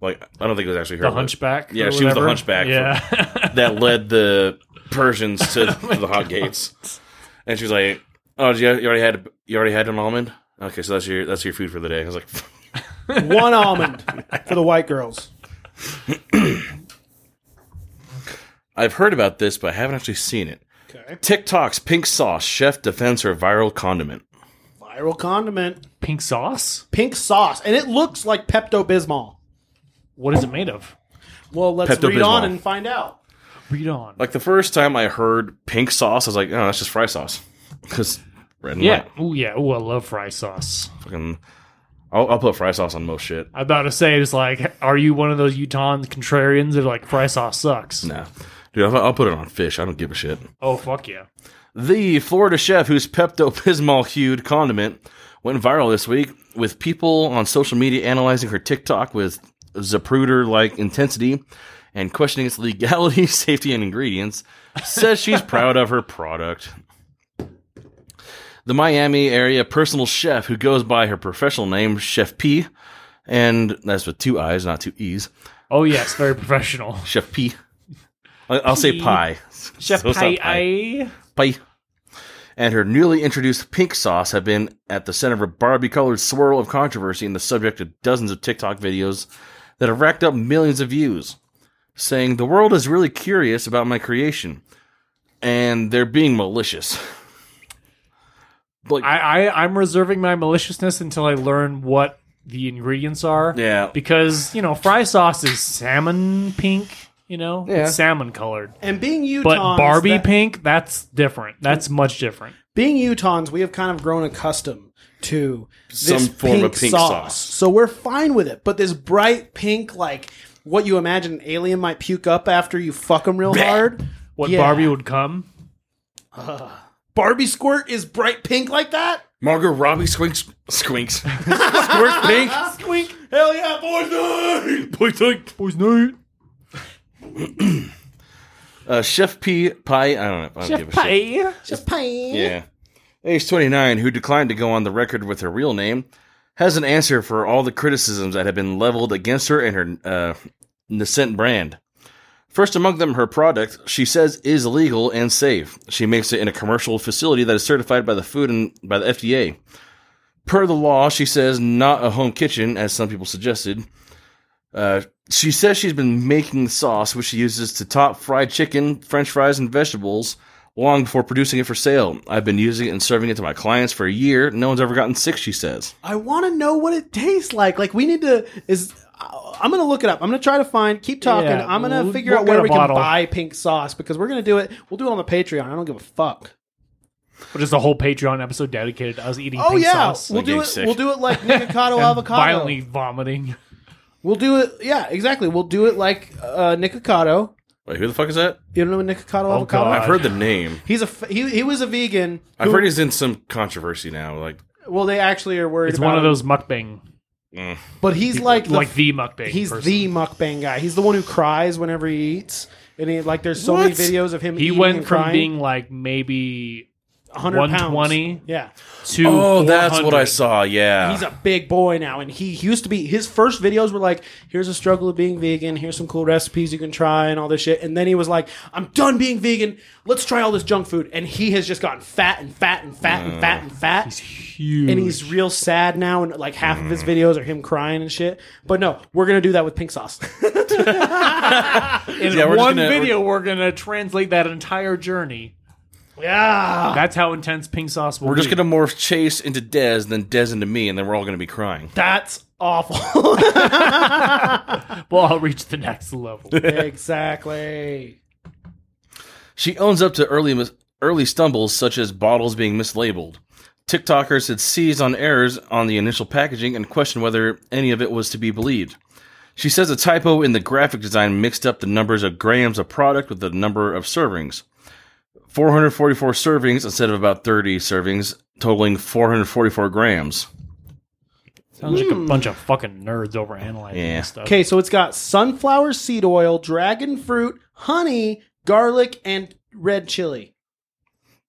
[SPEAKER 1] like I don't think it was actually her.
[SPEAKER 3] the
[SPEAKER 1] but-
[SPEAKER 3] Hunchback.
[SPEAKER 1] Yeah,
[SPEAKER 3] or
[SPEAKER 1] she was the
[SPEAKER 3] whatever.
[SPEAKER 1] Hunchback for-
[SPEAKER 3] Yeah. Oh
[SPEAKER 1] that led the Persians to, to the hot gates. And she's like, "Oh, you, you already had you already had an almond? Okay, so that's your that's your food for the day." I was like,
[SPEAKER 2] One almond for the white girls.
[SPEAKER 1] "I've heard about this, but I haven't actually seen it."
[SPEAKER 2] Okay.
[SPEAKER 1] TikTok's pink sauce chef defends her viral condiment.
[SPEAKER 2] Viral condiment.
[SPEAKER 3] Pink sauce.
[SPEAKER 2] Pink sauce. And it looks like Pepto Bismol.
[SPEAKER 3] What is it made of?
[SPEAKER 2] Well, let's
[SPEAKER 1] Pepto-Bismol.
[SPEAKER 2] read on and find out.
[SPEAKER 3] Read on.
[SPEAKER 1] Like the first time I heard pink sauce, I was like, "Oh, that's just fry sauce." Because red and
[SPEAKER 3] yeah.
[SPEAKER 1] white.
[SPEAKER 3] Oh yeah. Oh, I love fry sauce.
[SPEAKER 1] Fucking, I'll, I'll put fry sauce on most shit.
[SPEAKER 3] I'm about to say, it's like, are you one of those Utah contrarians that are like fry sauce sucks?
[SPEAKER 1] Nah. Dude, I'll, I'll put it on fish. I don't give a shit.
[SPEAKER 3] Oh fuck yeah!
[SPEAKER 1] The Florida chef whose Pepto Bismol hued condiment went viral this week, with people on social media analyzing her TikTok with Zapruder like intensity and questioning its legality, safety, and ingredients, says she's proud of her product. The Miami area personal chef who goes by her professional name, Chef P, and that's with two I's, not two E's.
[SPEAKER 3] Oh yes, very professional.
[SPEAKER 1] Chef P. I- I'll say
[SPEAKER 3] P.
[SPEAKER 1] pie.
[SPEAKER 3] Chef
[SPEAKER 1] So it's not
[SPEAKER 3] I
[SPEAKER 1] Bye. And her newly introduced pink sauce have been at the center of a Barbie colored swirl of controversy and the subject of dozens of TikTok videos that have racked up millions of views, saying, The world is really curious about my creation, and they're being malicious. Like,
[SPEAKER 3] I, I I'm reserving my maliciousness until I learn what the ingredients are.
[SPEAKER 1] yeah.
[SPEAKER 3] Because you know, fry sauce is salmon pink. You know,
[SPEAKER 1] Yeah.
[SPEAKER 3] it's salmon colored.
[SPEAKER 2] And being Utahns,
[SPEAKER 3] But Barbie
[SPEAKER 2] that-
[SPEAKER 3] pink, that's different. That's much different.
[SPEAKER 2] being Utahns, we have kind of grown accustomed to this
[SPEAKER 1] Some form of
[SPEAKER 2] pink
[SPEAKER 1] pink
[SPEAKER 2] sauce.
[SPEAKER 1] sauce.
[SPEAKER 2] So we're fine with it. But this bright pink, like what you imagine an alien might puke up after you fuck them real hard.
[SPEAKER 3] What
[SPEAKER 2] Yeah.
[SPEAKER 3] Barbie would come?
[SPEAKER 2] Barbie squirt is bright pink like that.
[SPEAKER 1] Margot Robbie squinks. Squinks. Squirts pink.
[SPEAKER 2] Squeak.
[SPEAKER 1] Hell yeah, boys night! Boys night!
[SPEAKER 3] Boys night.
[SPEAKER 1] Uh, Chef P. Pie. I don't know. I don't give a shit.
[SPEAKER 3] Pie.
[SPEAKER 2] Just pain.
[SPEAKER 1] Yeah. Age 29, who declined to go on the record with her real name, has an answer for all the criticisms that have been leveled against her and her uh, nascent brand. First among them, her product, she says, is legal and safe. She makes it in a commercial facility that is certified by the food and by the FDA. Per the law, she says, not a home kitchen, as some people suggested. Uh, she says she's been making sauce, which she uses to top fried chicken, french fries, and vegetables long before producing it for sale. I've been using it and serving it to my clients for a year. No one's ever gotten sick, she says.
[SPEAKER 2] I want to know what it tastes like. Like we need to is. uh, I'm gonna look it up. I'm gonna try to find. Keep talking.
[SPEAKER 3] Yeah,
[SPEAKER 2] I'm gonna
[SPEAKER 3] we'll-
[SPEAKER 2] figure
[SPEAKER 3] we'll
[SPEAKER 2] out
[SPEAKER 3] get
[SPEAKER 2] where
[SPEAKER 3] a
[SPEAKER 2] we
[SPEAKER 3] bottle.
[SPEAKER 2] can buy pink sauce because we're gonna do it. We'll do it on the Patreon. I don't give a fuck.
[SPEAKER 3] Which is a whole Patreon episode dedicated to us eating
[SPEAKER 2] Oh
[SPEAKER 3] pink
[SPEAKER 2] yeah,
[SPEAKER 3] sauce.
[SPEAKER 2] we'll
[SPEAKER 1] Like
[SPEAKER 2] do
[SPEAKER 1] getting
[SPEAKER 2] it.
[SPEAKER 1] sick.
[SPEAKER 2] We'll do it like Nikocado avocado.
[SPEAKER 3] Violently vomiting.
[SPEAKER 2] We'll do it. Yeah, exactly. We'll do it like uh, Nikocado.
[SPEAKER 1] Wait, who the fuck is that?
[SPEAKER 2] You don't know Nikocado avocado?
[SPEAKER 3] Oh, God.
[SPEAKER 1] I've heard the name.
[SPEAKER 2] He's a f- he, he was a vegan.
[SPEAKER 1] I've
[SPEAKER 2] who-
[SPEAKER 1] heard he's in some controversy now. Like,
[SPEAKER 2] well, they actually are worried.
[SPEAKER 3] It's
[SPEAKER 2] about
[SPEAKER 3] one of
[SPEAKER 2] him.
[SPEAKER 3] those mukbang,
[SPEAKER 2] But he's like the,
[SPEAKER 3] like the mukbang.
[SPEAKER 2] he's
[SPEAKER 3] person.
[SPEAKER 2] the mukbang guy. He's the one who cries whenever he eats. And he, like, there's so many
[SPEAKER 1] What?
[SPEAKER 2] videos of him.
[SPEAKER 3] He
[SPEAKER 2] eating
[SPEAKER 3] went
[SPEAKER 2] and
[SPEAKER 3] from
[SPEAKER 2] crying.
[SPEAKER 3] being like maybe
[SPEAKER 2] 100
[SPEAKER 3] 120.
[SPEAKER 2] Pounds. Yeah,
[SPEAKER 3] two.
[SPEAKER 1] oh, that's what
[SPEAKER 3] 400.
[SPEAKER 1] I saw. Yeah.
[SPEAKER 2] he's a big boy now, and he he used to be. His first videos were like, "Here's a struggle of being vegan. Here's some cool recipes you can try, and all this shit." And then he was like, "I'm done being vegan. Let's try all this junk food." And he has just gotten fat and fat and fat and fat and fat.
[SPEAKER 3] Huge.
[SPEAKER 2] and he's real sad now, and like half of his videos are him crying and shit. But no, we're gonna do that with pink sauce.
[SPEAKER 3] in
[SPEAKER 1] Yeah, we're just
[SPEAKER 3] one
[SPEAKER 1] gonna-
[SPEAKER 3] video, we're gonna translate that entire journey.
[SPEAKER 2] yeah,
[SPEAKER 3] That's how intense pink sauce will
[SPEAKER 1] we're just
[SPEAKER 3] be.
[SPEAKER 1] going to morph Chase into Dez, then Dez into me, and then we're all going to be crying.
[SPEAKER 2] that's awful.
[SPEAKER 3] Well, I'll reach the next level.
[SPEAKER 2] exactly.
[SPEAKER 1] She owns up to early mis- early stumbles such as bottles being mislabeled. TikTokers had seized on errors on the initial packaging and questioned whether any of it was to be believed. She says a typo in the graphic design mixed up the numbers of grams of product with the number of servings. 444 servings instead of about 30 servings, totaling 444 grams.
[SPEAKER 3] Sounds
[SPEAKER 2] Hmm.
[SPEAKER 3] like a bunch of fucking nerds over analyzing
[SPEAKER 1] Yeah.
[SPEAKER 3] this stuff.
[SPEAKER 2] Okay, so it's got sunflower seed oil, dragon fruit, honey, garlic, and red chili.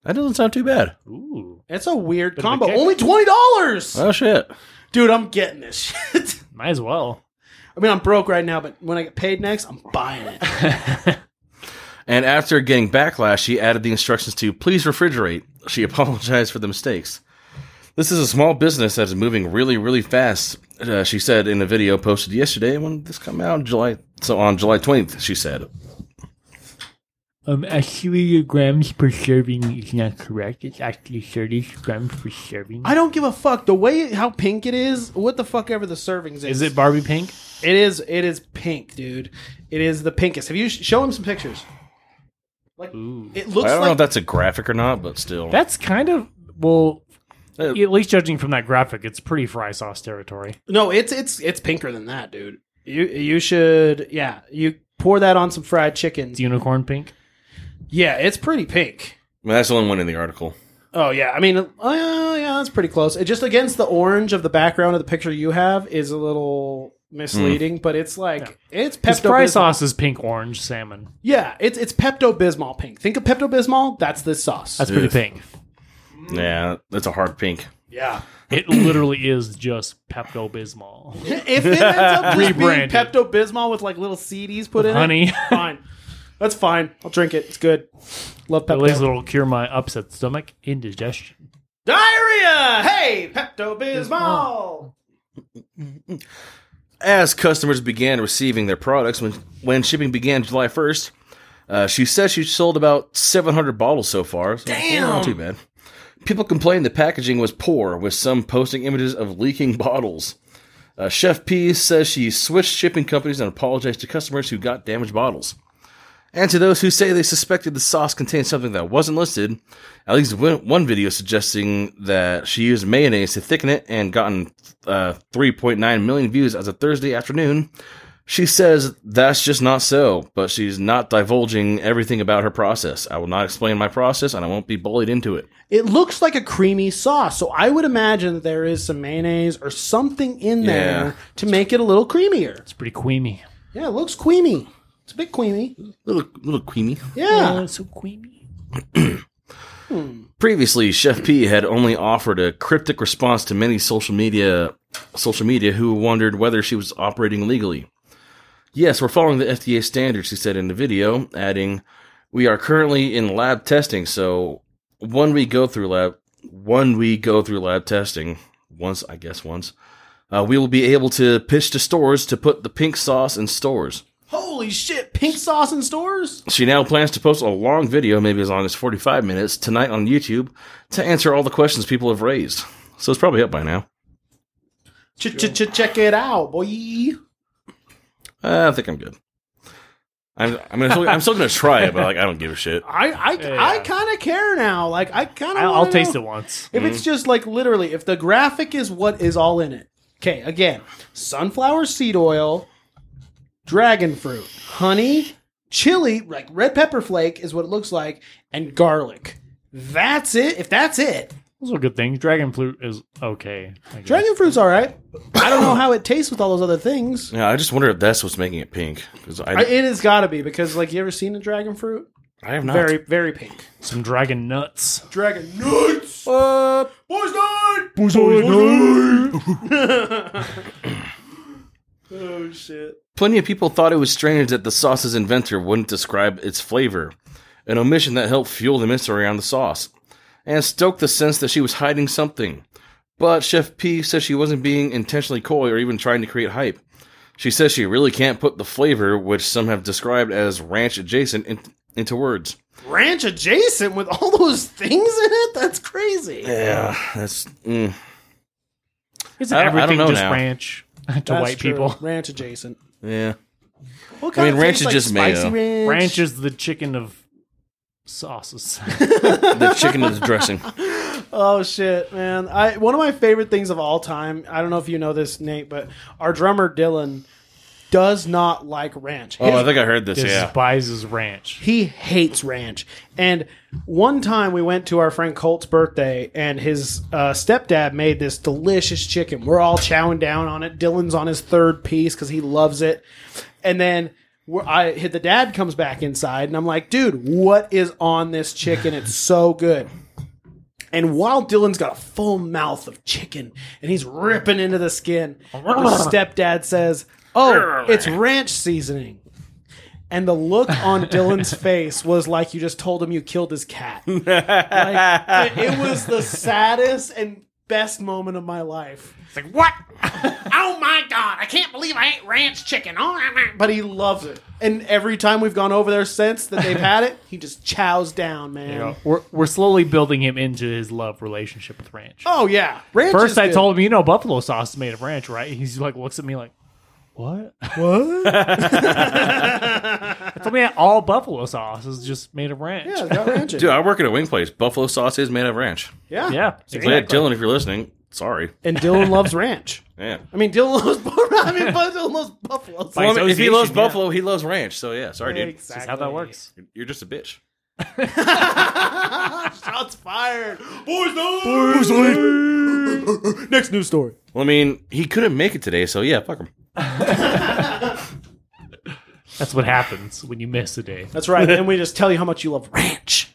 [SPEAKER 1] That doesn't sound too bad.
[SPEAKER 3] Ooh,
[SPEAKER 2] That's a weird
[SPEAKER 3] of a
[SPEAKER 2] combo.
[SPEAKER 3] kick.
[SPEAKER 2] Only twenty dollars,
[SPEAKER 1] Oh shit.
[SPEAKER 2] dude. I'm getting this shit.
[SPEAKER 3] might as well.
[SPEAKER 2] I mean, I'm broke right now, but when I get paid next, I'm buying it.
[SPEAKER 1] And after getting backlash, she added the instructions to please refrigerate. She apologized for the mistakes. This is a small business that is moving really, really fast, uh, she said in a video posted yesterday. When did this come out? July. So on July 20th, she said.
[SPEAKER 4] Um, actually, grams per serving is not correct. It's actually 30 grams per serving.
[SPEAKER 2] I don't give a fuck the way how pink it is. What the fuck ever the servings is.
[SPEAKER 3] Is it Barbie pink?
[SPEAKER 2] It is. It is pink, dude. It is the pinkest. Have you show him some pictures? Like it
[SPEAKER 1] I
[SPEAKER 2] looks
[SPEAKER 1] don't know
[SPEAKER 2] like
[SPEAKER 1] if that's a graphic or not, but still.
[SPEAKER 3] That's kind of well.
[SPEAKER 1] Uh,
[SPEAKER 3] At least judging from that graphic, it's pretty fry sauce territory.
[SPEAKER 2] No, it's it's it's pinker than that, dude. You you should yeah. You pour that on some fried chicken.
[SPEAKER 3] It's unicorn pink.
[SPEAKER 2] Yeah, it's pretty pink.
[SPEAKER 1] Well, that's the only one in the article.
[SPEAKER 2] Oh yeah, I mean, oh yeah, that's pretty close. It just against the orange of the background of the picture you have is a little misleading, but it's like it's
[SPEAKER 3] Because
[SPEAKER 2] Pepto
[SPEAKER 3] fry
[SPEAKER 2] Bismol.
[SPEAKER 3] sauce Hmm. is pink orange salmon.
[SPEAKER 2] Yeah, it's it's Pepto Bismol pink. Think of Pepto Bismol. That's this sauce.
[SPEAKER 3] That's pretty
[SPEAKER 1] Ugh.
[SPEAKER 3] pink.
[SPEAKER 1] Yeah, that's a hard pink.
[SPEAKER 2] yeah.
[SPEAKER 3] It literally is just Pepto Bismol.
[SPEAKER 2] if it ends up just being
[SPEAKER 3] Rebranded.
[SPEAKER 2] Pepto Bismol with like little CDs put in
[SPEAKER 3] Honey.
[SPEAKER 2] it, fine. That's fine. I'll drink it. It's good. Love
[SPEAKER 3] At least
[SPEAKER 2] Pepto.
[SPEAKER 3] it'll cure my upset stomach indigestion.
[SPEAKER 2] Diarrhea. Hey, Pepto Bismol.
[SPEAKER 1] As customers began receiving their products when, when shipping began July 1st, uh, she says she sold about 700 bottles so far. So Damn! Not too bad. People complained the packaging was poor, with some posting images of leaking bottles. Uh, Chef P says she switched shipping companies and apologized to customers who got damaged bottles. And to those who say they suspected the sauce contained something that wasn't listed, at least one one video suggesting that she used mayonnaise to thicken it and gotten uh, 3.9 million views as a Thursday afternoon. She says that's just not so, but she's not divulging everything about her process. I will not explain my process and I won't be bullied into it.
[SPEAKER 2] It looks like a creamy sauce, so I would imagine that there is some mayonnaise or something in there
[SPEAKER 1] Yeah.
[SPEAKER 2] to make it a little creamier.
[SPEAKER 3] It's pretty queamy.
[SPEAKER 2] Yeah, it looks creamy. It's a bit creamy.
[SPEAKER 1] Little, little creamy.
[SPEAKER 2] Yeah.
[SPEAKER 3] Oh, it's so queamy.
[SPEAKER 1] Previously, Chef P had only offered a cryptic response to many social media social media who wondered whether she was operating legally. Yes, we're following the FDA standards, she said in the video, adding, "We are currently in lab testing, so when we go through lab, when we go through lab testing, once I guess once, uh, we will be able to pitch to stores to put the pink sauce in stores."
[SPEAKER 2] Holy shit, pink sauce in stores?
[SPEAKER 1] She now plans to post a long video, maybe as long as 45 minutes, tonight on YouTube to answer all the questions people have raised. So it's probably up by now.
[SPEAKER 2] Ch- ch- ch- check it out, boy.
[SPEAKER 1] Uh, I think I'm good. I'm I'm, gonna still, I'm still gonna try it, but like I don't give a shit.
[SPEAKER 2] I I,
[SPEAKER 3] Yeah.
[SPEAKER 2] I kind of care now. Like I kind of
[SPEAKER 3] I'll, I'll taste it once.
[SPEAKER 2] If it's just like literally, if the graphic is what is all in it. Okay, again, sunflower seed oil, dragon fruit, honey, chili, like red pepper flake is what it looks like, and garlic. That's it. If that's it,
[SPEAKER 3] Those are good things. Dragon fruit is okay. I guess.
[SPEAKER 2] dragon fruit's all right. I don't know how it tastes with all those other things.
[SPEAKER 1] Yeah, I just wonder if that's what's making it pink because
[SPEAKER 2] I-
[SPEAKER 1] I,
[SPEAKER 2] It has got to be because, like, you ever seen a dragon fruit?
[SPEAKER 1] I have not.
[SPEAKER 2] Very, very pink.
[SPEAKER 3] Some dragon nuts.
[SPEAKER 2] Dragon nuts.
[SPEAKER 1] What?
[SPEAKER 2] Uh, Boys night. Oh shit.
[SPEAKER 1] Plenty of people thought it was strange that the sauce's inventor wouldn't describe its flavor, an omission that helped fuel the mystery around the sauce and stoked the sense that she was hiding something. But Chef P says she wasn't being intentionally coy or even trying to create hype. She says she really can't put the flavor, which some have described as ranch adjacent, in- into words.
[SPEAKER 2] ranch adjacent with all those things in it? That's crazy.
[SPEAKER 1] Yeah, that's. Mm.
[SPEAKER 3] It's
[SPEAKER 1] I don't- I
[SPEAKER 3] everything
[SPEAKER 1] don't know
[SPEAKER 3] just
[SPEAKER 1] now.
[SPEAKER 3] ranch to
[SPEAKER 2] That's
[SPEAKER 3] white
[SPEAKER 2] true.
[SPEAKER 3] people.
[SPEAKER 2] Ranch adjacent.
[SPEAKER 1] Yeah.
[SPEAKER 2] What
[SPEAKER 1] I mean,
[SPEAKER 2] of
[SPEAKER 1] ranch
[SPEAKER 2] tastes
[SPEAKER 1] is just
[SPEAKER 2] spicy
[SPEAKER 3] Ranch is the chicken of sauces.
[SPEAKER 1] The chicken is dressing.
[SPEAKER 2] Oh shit, man! I one of my favorite things of all time. I don't know if you know this, Nate, but our drummer Dylan does not like ranch.
[SPEAKER 1] Oh, I think I heard this. Yeah.
[SPEAKER 3] Despises ranch.
[SPEAKER 2] He hates ranch. And one time we went to our friend Colt's birthday, and his uh, stepdad made this delicious chicken. We're all chowing down on it. Dylan's on his third piece because he loves it. And then we're, I hit the dad comes back inside, and I'm like, dude, what is on this chicken? It's so good. And while Dylan's got a full mouth of chicken and he's ripping into the skin, the stepdad says, Oh, it's ranch seasoning. And the look on Dylan's face was like you just told him you killed his cat. Like, it, it was the saddest and best moment of my life.
[SPEAKER 3] It's like what?
[SPEAKER 2] Oh my god, I can't believe I ate ranch chicken. Oh, But he loves it. And every time we've gone over there since that they've had it, he just chows down, man.
[SPEAKER 3] We're we're slowly building him into his love relationship with ranch.
[SPEAKER 2] Oh yeah. Ranch
[SPEAKER 3] First,
[SPEAKER 2] is
[SPEAKER 3] I
[SPEAKER 2] good.
[SPEAKER 3] told him, you know, buffalo sauce is made of ranch, right? He's like, looks at me like, what?
[SPEAKER 2] What?
[SPEAKER 3] It's me all buffalo sauce is just made of ranch.
[SPEAKER 2] Yeah, got ranch. in
[SPEAKER 1] Dude,
[SPEAKER 2] it.
[SPEAKER 1] I work at a wing place. Buffalo sauce is made of ranch.
[SPEAKER 2] Yeah.
[SPEAKER 3] Yeah,
[SPEAKER 1] Glad Dylan, if you're listening, sorry.
[SPEAKER 2] And Dylan loves ranch.
[SPEAKER 1] Yeah.
[SPEAKER 2] I mean, Dylan loves. I mean, Dylan loves buffalo.
[SPEAKER 1] Well, I mean, if he loves
[SPEAKER 3] association, yeah.
[SPEAKER 1] buffalo, he loves ranch. So yeah, sorry, dude.
[SPEAKER 3] That's just how that works.
[SPEAKER 1] You're- You're just a bitch.
[SPEAKER 2] Shots fired.
[SPEAKER 1] Boys,
[SPEAKER 2] Next news story.
[SPEAKER 1] Well, I mean, he couldn't make it today, so yeah, fuck him.
[SPEAKER 3] That's what happens when you miss a day.
[SPEAKER 2] That's right. and we just tell you how much you love ranch.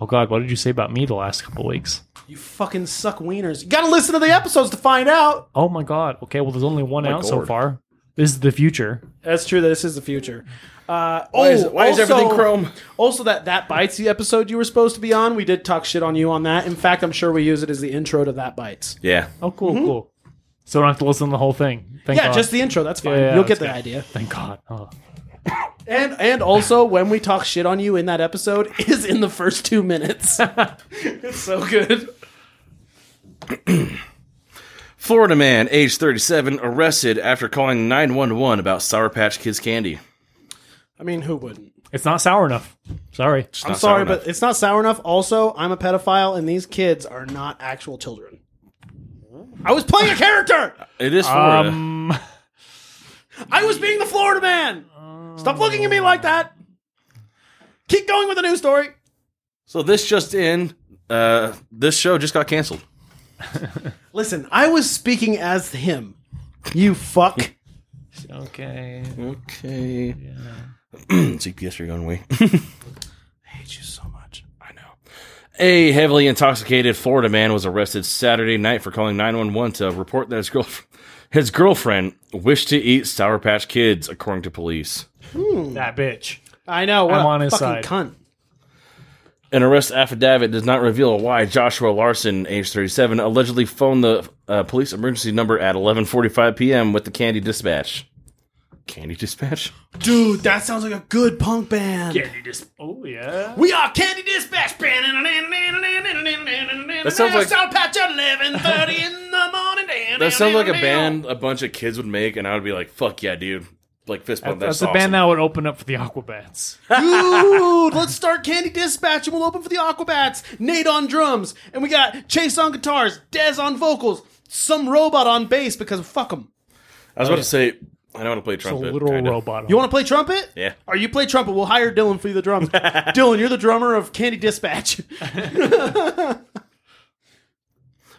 [SPEAKER 3] Oh God, what did you say about me the last couple weeks?
[SPEAKER 2] You fucking suck wieners. You gotta listen to the episodes to find out.
[SPEAKER 3] Oh my God. Okay, well there's only one
[SPEAKER 1] My
[SPEAKER 3] out so
[SPEAKER 1] God.
[SPEAKER 3] far. This is the future.
[SPEAKER 2] That's true. This is the future. Uh,
[SPEAKER 1] Why, is,
[SPEAKER 2] oh,
[SPEAKER 1] why is everything
[SPEAKER 2] also-
[SPEAKER 1] chrome?
[SPEAKER 2] Also, that that bites the episode you were supposed to be on. We did talk shit on you on that. In fact, I'm sure we use it as the intro to that bites.
[SPEAKER 1] Yeah.
[SPEAKER 3] Oh cool, cool. So I don't have to listen to the whole thing. Thank
[SPEAKER 2] Mm-hmm. yeah,
[SPEAKER 3] God.
[SPEAKER 2] just the intro. That's fine.
[SPEAKER 3] Yeah, yeah,
[SPEAKER 2] You'll
[SPEAKER 3] that's
[SPEAKER 2] get the
[SPEAKER 3] good.
[SPEAKER 2] idea.
[SPEAKER 3] Thank God. Oh.
[SPEAKER 2] And and also, when we talk shit on you in that episode is in the first two minutes. it's so good.
[SPEAKER 1] Florida man, age 37, arrested after calling 911 about Sour Patch Kids candy.
[SPEAKER 2] I mean, who wouldn't?
[SPEAKER 3] It's not sour enough. Sorry.
[SPEAKER 1] It's
[SPEAKER 2] I'm
[SPEAKER 1] not sour
[SPEAKER 2] sorry,
[SPEAKER 1] enough.
[SPEAKER 2] but it's not sour enough. Also, I'm a pedophile, and these kids are not actual children. I was playing a character.
[SPEAKER 1] it is Florida.
[SPEAKER 3] Um
[SPEAKER 2] I was being the Florida man. Stop looking at me like that. Keep going with the news story.
[SPEAKER 1] so this just in, uh, this show just got canceled.
[SPEAKER 2] Listen, I was speaking as him. You fuck.
[SPEAKER 3] Okay.
[SPEAKER 1] Okay. CPS, you're going way. I hate you so much. I know. A heavily intoxicated Florida man was arrested Saturday night for calling 911 to report that his girlfriend, his girlfriend wished to eat Sour Patch Kids, according to police.
[SPEAKER 3] That bitch.
[SPEAKER 2] I know. What
[SPEAKER 3] I'm
[SPEAKER 2] a
[SPEAKER 3] on his
[SPEAKER 2] fucking
[SPEAKER 3] side.
[SPEAKER 2] cunt.
[SPEAKER 1] An arrest affidavit does not reveal why Joshua Larson, age 37, allegedly phoned the uh, police emergency number at 11:45 p.m. with the Candy Dispatch. Candy Dispatch?
[SPEAKER 2] Dude, that sounds like a good punk band.
[SPEAKER 3] Candy dis- oh yeah.
[SPEAKER 2] We are Candy Dispatch.
[SPEAKER 1] That sounds like-
[SPEAKER 2] South Patch at eleven thirty in the morning.
[SPEAKER 1] That sounds like a band a bunch of kids would make, and I would be like, "Fuck yeah, dude!" Like fist bump.
[SPEAKER 3] That's,
[SPEAKER 1] That's,
[SPEAKER 3] the
[SPEAKER 1] awesome.
[SPEAKER 3] band that would open up for the Aquabats.
[SPEAKER 2] Dude, let's start Candy Dispatch and we'll open for the Aquabats. Nate on drums, and we got Chase on guitars, Dez on vocals, some robot on bass because fuck them.
[SPEAKER 1] I was about to say, I know how to play
[SPEAKER 3] a
[SPEAKER 1] trumpet.
[SPEAKER 3] literal
[SPEAKER 1] kinda.
[SPEAKER 3] robot.
[SPEAKER 2] You want to play trumpet?
[SPEAKER 1] Yeah.
[SPEAKER 2] Or you play trumpet? We'll hire Dylan for you the drums. Dylan, you're the drummer of Candy Dispatch.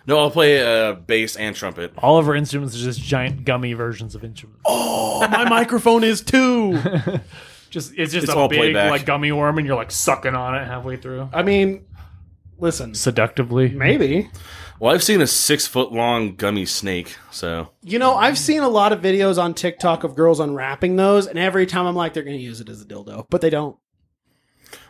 [SPEAKER 1] No, I'll play uh, bass and trumpet.
[SPEAKER 3] All of our instruments are just giant gummy versions of instruments.
[SPEAKER 2] My microphone is too.
[SPEAKER 3] Just it's just
[SPEAKER 1] It's
[SPEAKER 3] a
[SPEAKER 1] all
[SPEAKER 3] big
[SPEAKER 1] playback.
[SPEAKER 3] like gummy worm, and you're like sucking on it halfway through,
[SPEAKER 2] I mean, listen,
[SPEAKER 3] seductively.
[SPEAKER 2] maybe.
[SPEAKER 1] Well, I've seen a six foot long gummy snake, so
[SPEAKER 2] You know, I've seen a lot of videos on TikTok of girls unwrapping those, and every time I'm like, they're going to use it as a dildo, but they don't.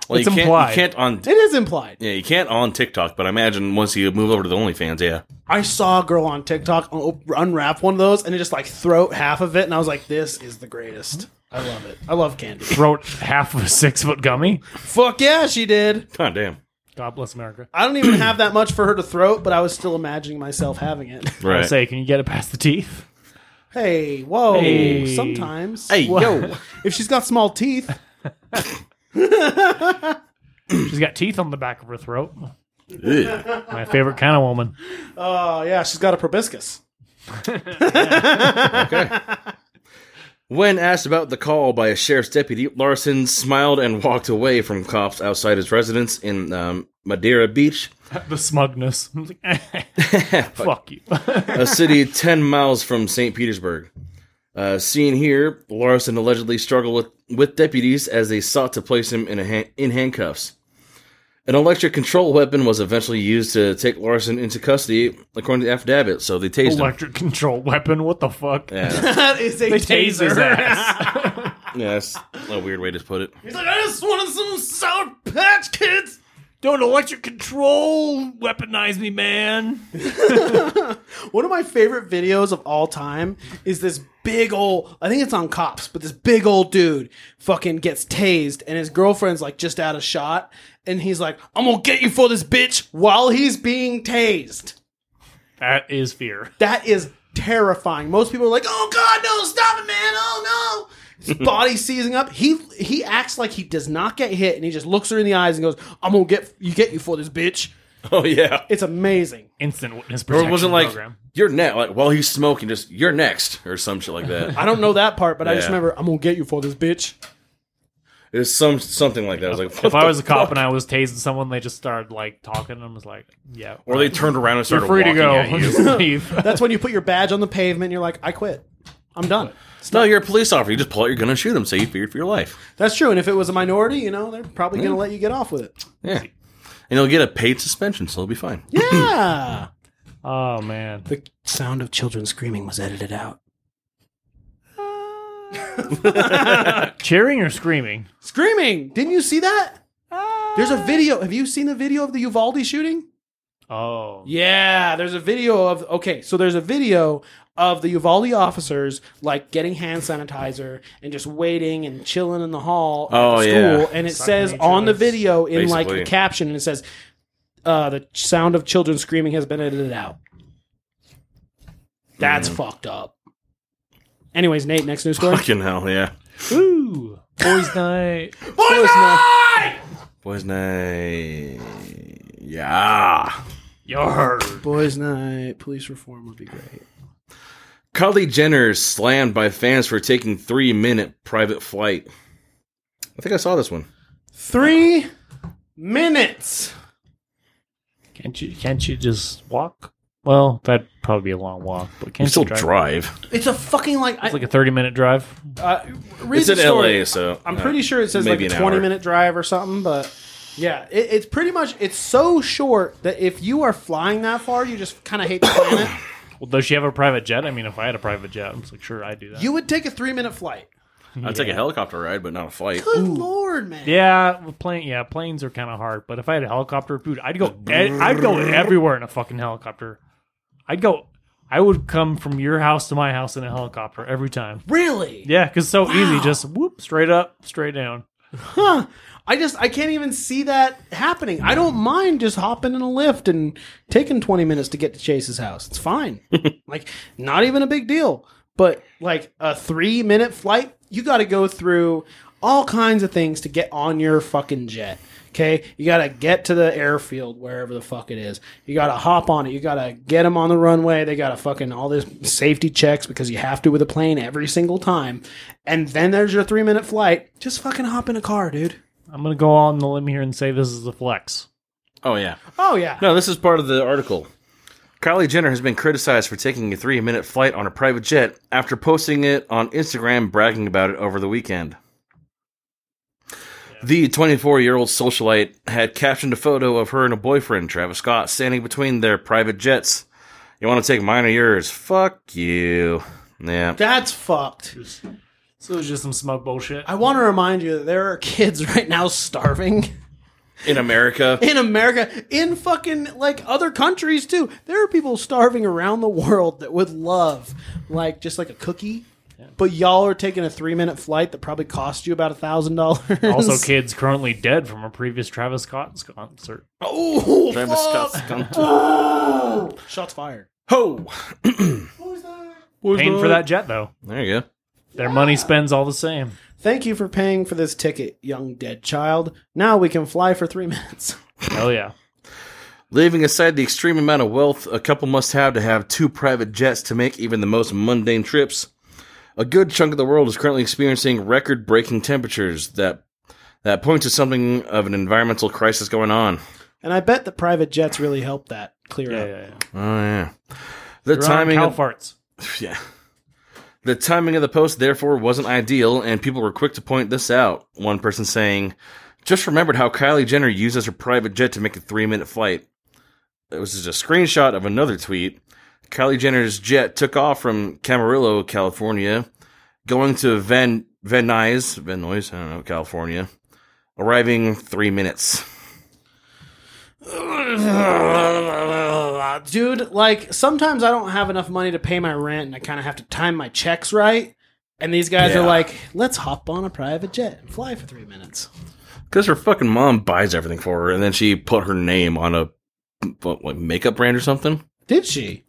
[SPEAKER 1] well,
[SPEAKER 3] It's
[SPEAKER 1] you can't
[SPEAKER 3] implied.
[SPEAKER 1] you can't on
[SPEAKER 2] It is implied.
[SPEAKER 1] yeah you can't on TikTok, but I imagine once you move over to the OnlyFans, yeah.
[SPEAKER 2] I saw a girl on TikTok un- unwrap one of those and it just like throat half of it, and I was like, "This is the greatest. I love it. I love candy."
[SPEAKER 3] Throat half of a six foot gummy.
[SPEAKER 2] Fuck yeah, she did.
[SPEAKER 1] God damn.
[SPEAKER 3] God bless America.
[SPEAKER 2] I don't even have that much for her to throat, but I was still imagining myself having it.
[SPEAKER 3] I
[SPEAKER 1] Right.
[SPEAKER 3] say, can you get it past the teeth?
[SPEAKER 2] Hey, whoa!
[SPEAKER 3] Hey.
[SPEAKER 2] Sometimes,
[SPEAKER 1] Hey yo.
[SPEAKER 2] if she's got small teeth,
[SPEAKER 3] She's got teeth on the back of her throat.
[SPEAKER 1] Ugh.
[SPEAKER 3] My favorite kind of woman.
[SPEAKER 2] oh yeah, she's got a proboscis.
[SPEAKER 1] When asked about the call by a sheriff's deputy, Larson smiled and walked away from cops outside his residence in um, Madeira Beach,
[SPEAKER 3] The smugness. I'm like, eh. fuck you.
[SPEAKER 1] a city 10 miles from St. Petersburg. Uh, seen here, Larson allegedly struggled with, with deputies as they sought to place him in, a han- in handcuffs. An electric control weapon was eventually used to take Larson into custody, according to the affidavit, so they tased him.
[SPEAKER 3] Electric control weapon. What the fuck?
[SPEAKER 1] Yeah,
[SPEAKER 2] That is a
[SPEAKER 3] Tase his ass.
[SPEAKER 1] yeah, that's a weird way to put it.
[SPEAKER 2] He's like, I just wanted some sour patch kids.
[SPEAKER 3] Don't electric control weaponize me, man.
[SPEAKER 2] One of my favorite videos of all time is this big old, I think it's on cops, but this big old dude fucking gets tased and his girlfriend's like just out of shot and he's like, I'm gonna get you for this bitch while he's being tased.
[SPEAKER 3] That is fear.
[SPEAKER 2] That is terrifying. Most people are like, "Oh God, no! Stop it, man! Oh no!" His body seizing up. He he acts like he does not get hit, and he just looks her in the eyes and goes, "I'm gonna get you get you for this, bitch."
[SPEAKER 1] Oh yeah.
[SPEAKER 2] It's amazing.
[SPEAKER 3] Instant witness
[SPEAKER 1] Or
[SPEAKER 3] protection
[SPEAKER 1] it wasn't like
[SPEAKER 3] program.
[SPEAKER 1] you're next. Like while he's smoking, just you're next or some shit like that.
[SPEAKER 2] I don't know that part, but I just
[SPEAKER 1] Yeah.
[SPEAKER 2] remember, "I'm gonna get you for this, bitch."
[SPEAKER 1] It was some something like that. I was like, what
[SPEAKER 3] if I
[SPEAKER 1] the
[SPEAKER 3] was a cop
[SPEAKER 1] fuck?
[SPEAKER 3] and I was tasing someone, they just started like talking. and I was like, "Yeah,
[SPEAKER 1] or they turned around and
[SPEAKER 3] you're
[SPEAKER 1] started
[SPEAKER 3] free to
[SPEAKER 1] walking
[SPEAKER 3] go.
[SPEAKER 1] at you.
[SPEAKER 3] Just leave."
[SPEAKER 2] That's when you put your badge on the pavement. and You're like, "I quit. I'm done."
[SPEAKER 1] no, you're a police officer. You just pull out your gun and shoot them. Say you feared for your life.
[SPEAKER 2] That's true. And if it was a minority, you know, they're probably gonna let you get off with it.
[SPEAKER 1] Yeah. And you'll get a paid suspension, so it'll be fine.
[SPEAKER 2] Yeah.
[SPEAKER 3] oh man,
[SPEAKER 2] the sound of children screaming was edited out.
[SPEAKER 3] cheering or screaming?
[SPEAKER 2] Screaming! Didn't you see that? There's a video. Have you seen the video of the Uvalde shooting?
[SPEAKER 3] Oh,
[SPEAKER 2] Yeah, there's a video of okay, so there's a video of the Uvalde officers like getting hand sanitizer and just waiting and chilling in the hall at
[SPEAKER 1] Oh,
[SPEAKER 2] the
[SPEAKER 1] yeah.
[SPEAKER 2] school and it says on the video in like the
[SPEAKER 1] Basically.
[SPEAKER 2] caption and it says uh, the sound of children screaming has been edited out. That's
[SPEAKER 1] Mm.
[SPEAKER 2] fucked up. Anyways, Nate, next news story.
[SPEAKER 1] Fucking hell, yeah.
[SPEAKER 3] Ooh, boys' night.
[SPEAKER 1] Boys night. Yeah.
[SPEAKER 3] Yar.
[SPEAKER 2] Boys night, police reform would be great.
[SPEAKER 1] Kylie Jenner is slammed by fans for taking three minute private flight. I think I saw this one.
[SPEAKER 2] 3 minutes.
[SPEAKER 3] Can't you? Can't you just walk? Well, that'd probably be a long walk, but can't
[SPEAKER 1] You still
[SPEAKER 3] you drive?
[SPEAKER 1] drive.
[SPEAKER 2] It's a fucking like I,
[SPEAKER 3] It's like a thirty-minute drive.
[SPEAKER 2] uh, read
[SPEAKER 1] It's
[SPEAKER 2] the
[SPEAKER 1] in
[SPEAKER 2] story.
[SPEAKER 1] LA, so
[SPEAKER 2] I'm
[SPEAKER 1] uh,
[SPEAKER 2] pretty sure it says like
[SPEAKER 1] maybe
[SPEAKER 2] a
[SPEAKER 1] an
[SPEAKER 2] 20
[SPEAKER 1] hour.
[SPEAKER 2] minute drive or something, but yeah, it, it's pretty much it's so short that if you are flying that far, you just kind of hate the planet.
[SPEAKER 3] Well, does she have a private jet? I mean, if I had a private jet, I'm just like, sure, I'd do that.
[SPEAKER 2] You would take a three minute flight.
[SPEAKER 1] I'd take a helicopter ride, but not a flight.
[SPEAKER 2] Good lord, man!
[SPEAKER 3] Yeah, well, plane. Yeah, planes are kind of hard. But if I had a helicopter, dude, I'd go. e, I'd go everywhere in a fucking helicopter. I'd go. I would come from your house to my house in a helicopter every time.
[SPEAKER 2] Really?
[SPEAKER 3] Yeah, because so easy. Just whoop, straight up, straight down.
[SPEAKER 2] Huh. I just I can't even see that happening. I don't mind just hopping in a lift and taking 20 minutes to get to Chase's house. It's fine. like not even a big deal. But like a 3 minute flight, you got to go through all kinds of things to get on your fucking jet. Okay? You got to get to the airfield wherever the fuck it is. You got to hop on it. You got to get them on the runway. They got to fucking all this safety checks because you have to with a plane every single time. And then there's your 3 minute flight. Just fucking hop in a car, dude.
[SPEAKER 3] I'm gonna go on the limb here and say this is a flex.
[SPEAKER 1] Oh, yeah.
[SPEAKER 2] Oh yeah.
[SPEAKER 1] No, this is part of the article. Kylie Jenner has been criticized for taking a three minute flight on a private jet after posting it on Instagram bragging about it over the weekend. The 24 year old socialite had captioned a photo of her and a boyfriend, Travis Scott, standing between their private jets. You want to take mine or yours? Fuck you. Yeah.
[SPEAKER 2] That's fucked.
[SPEAKER 3] So it's just some smug bullshit.
[SPEAKER 2] I want to remind you that there are kids right now starving
[SPEAKER 1] In America,
[SPEAKER 2] in America, in fucking like other countries too. There are people starving around the world that would love like just like a cookie. But y'all are taking a three minute flight that probably cost you about a thousand dollars.
[SPEAKER 3] Also, kids currently dead from a previous Travis Scott concert.
[SPEAKER 2] oh,
[SPEAKER 1] Travis
[SPEAKER 2] fuck.
[SPEAKER 1] Scott's gone.
[SPEAKER 2] Shots fired.
[SPEAKER 1] Ho!
[SPEAKER 2] Uh-huh.
[SPEAKER 3] Paying for that jet though,
[SPEAKER 1] There you go.
[SPEAKER 3] their money spends all the same.
[SPEAKER 2] Thank you for paying for this ticket, young dead child. Now we can fly for three minutes.
[SPEAKER 3] Hell yeah.
[SPEAKER 1] Leaving aside the extreme amount of wealth a couple must have to have two private jets to make even the most mundane trips, a good chunk of the world is currently experiencing record-breaking temperatures that that point to something of an environmental crisis going on.
[SPEAKER 2] And I bet the private jets really helped that clear
[SPEAKER 3] Yeah,
[SPEAKER 2] up.
[SPEAKER 3] yeah, yeah.
[SPEAKER 1] Oh yeah, the
[SPEAKER 3] They're on
[SPEAKER 1] timing
[SPEAKER 3] cow
[SPEAKER 1] of,
[SPEAKER 3] farts.
[SPEAKER 1] yeah. The timing of the post therefore wasn't ideal, and people were quick to point this out. One person saying, "Just remembered how Kylie Jenner uses her private jet to make a three-minute flight." It was just a screenshot of another tweet. Kylie Jenner's jet took off from Camarillo, California, going to Van Van Nuys, Van Nuys, I don't know, California, arriving three minutes.
[SPEAKER 2] Dude, like sometimes I don't have enough money to pay my rent and I kind of have to time my checks right. And these guys
[SPEAKER 1] Yeah.
[SPEAKER 2] are like, let's hop on a private jet and fly for three minutes.
[SPEAKER 1] Because her fucking mom buys everything for her, and then she put her name on a what, like makeup brand or something.
[SPEAKER 2] Did she?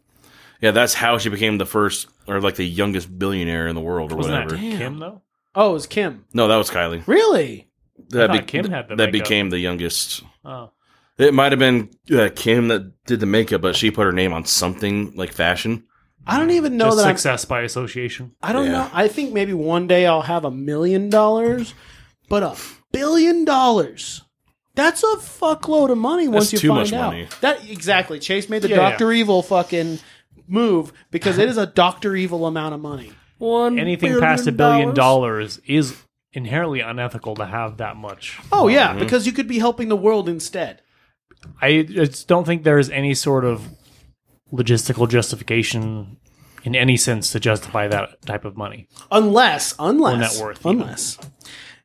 [SPEAKER 1] Yeah, that's how she became the first or like the youngest billionaire in the world or
[SPEAKER 3] Wasn't
[SPEAKER 1] whatever.
[SPEAKER 3] that Kim though?
[SPEAKER 2] Oh, it was Kim.
[SPEAKER 1] No, that was Kylie.
[SPEAKER 2] Really?
[SPEAKER 1] That
[SPEAKER 3] thought Kim had the
[SPEAKER 1] that
[SPEAKER 3] makeup.
[SPEAKER 1] became the youngest.
[SPEAKER 3] Oh,
[SPEAKER 1] It might have been uh, Kim that did the makeup, but she put her name on something like fashion.
[SPEAKER 2] I don't even know
[SPEAKER 3] just
[SPEAKER 2] that I'm-
[SPEAKER 3] success by association.
[SPEAKER 2] I don't
[SPEAKER 1] Yeah.
[SPEAKER 2] know. I think maybe one day I'll have a million dollars, but a billion dollars. That's a fuckload of money once you
[SPEAKER 1] too
[SPEAKER 2] find
[SPEAKER 1] much
[SPEAKER 2] out.
[SPEAKER 1] money.
[SPEAKER 2] That exactly. Chase made the
[SPEAKER 3] Yeah,
[SPEAKER 2] Doctor Evil fucking move because it is a Doctor Evil amount of money.
[SPEAKER 1] One
[SPEAKER 3] Anything past a billion dollars is inherently unethical to have that much.
[SPEAKER 2] Oh yeah,
[SPEAKER 3] Mm-hmm.
[SPEAKER 2] because you could be helping the world instead.
[SPEAKER 3] I just don't think there is any sort of logistical justification in any sense to justify that type of money.
[SPEAKER 2] Unless, unless,
[SPEAKER 3] net worth, even.
[SPEAKER 2] unless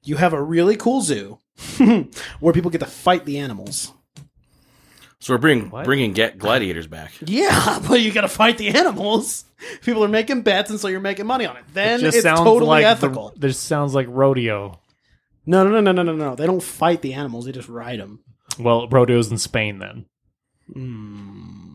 [SPEAKER 2] you have a really cool zoo where people get to fight the animals.
[SPEAKER 1] So we're bringing bringing ga- gladiators back.
[SPEAKER 2] Yeah, but you got to fight the animals. People are making bets, and so you're making money on it. Then
[SPEAKER 3] just
[SPEAKER 2] it's
[SPEAKER 3] sounds
[SPEAKER 2] totally
[SPEAKER 3] like the-
[SPEAKER 2] ethical.
[SPEAKER 3] this sounds like rodeo.
[SPEAKER 2] No, no, no, no, no, no, no. They don't fight the animals; they just ride them.
[SPEAKER 3] Well, rodeo's in Spain then.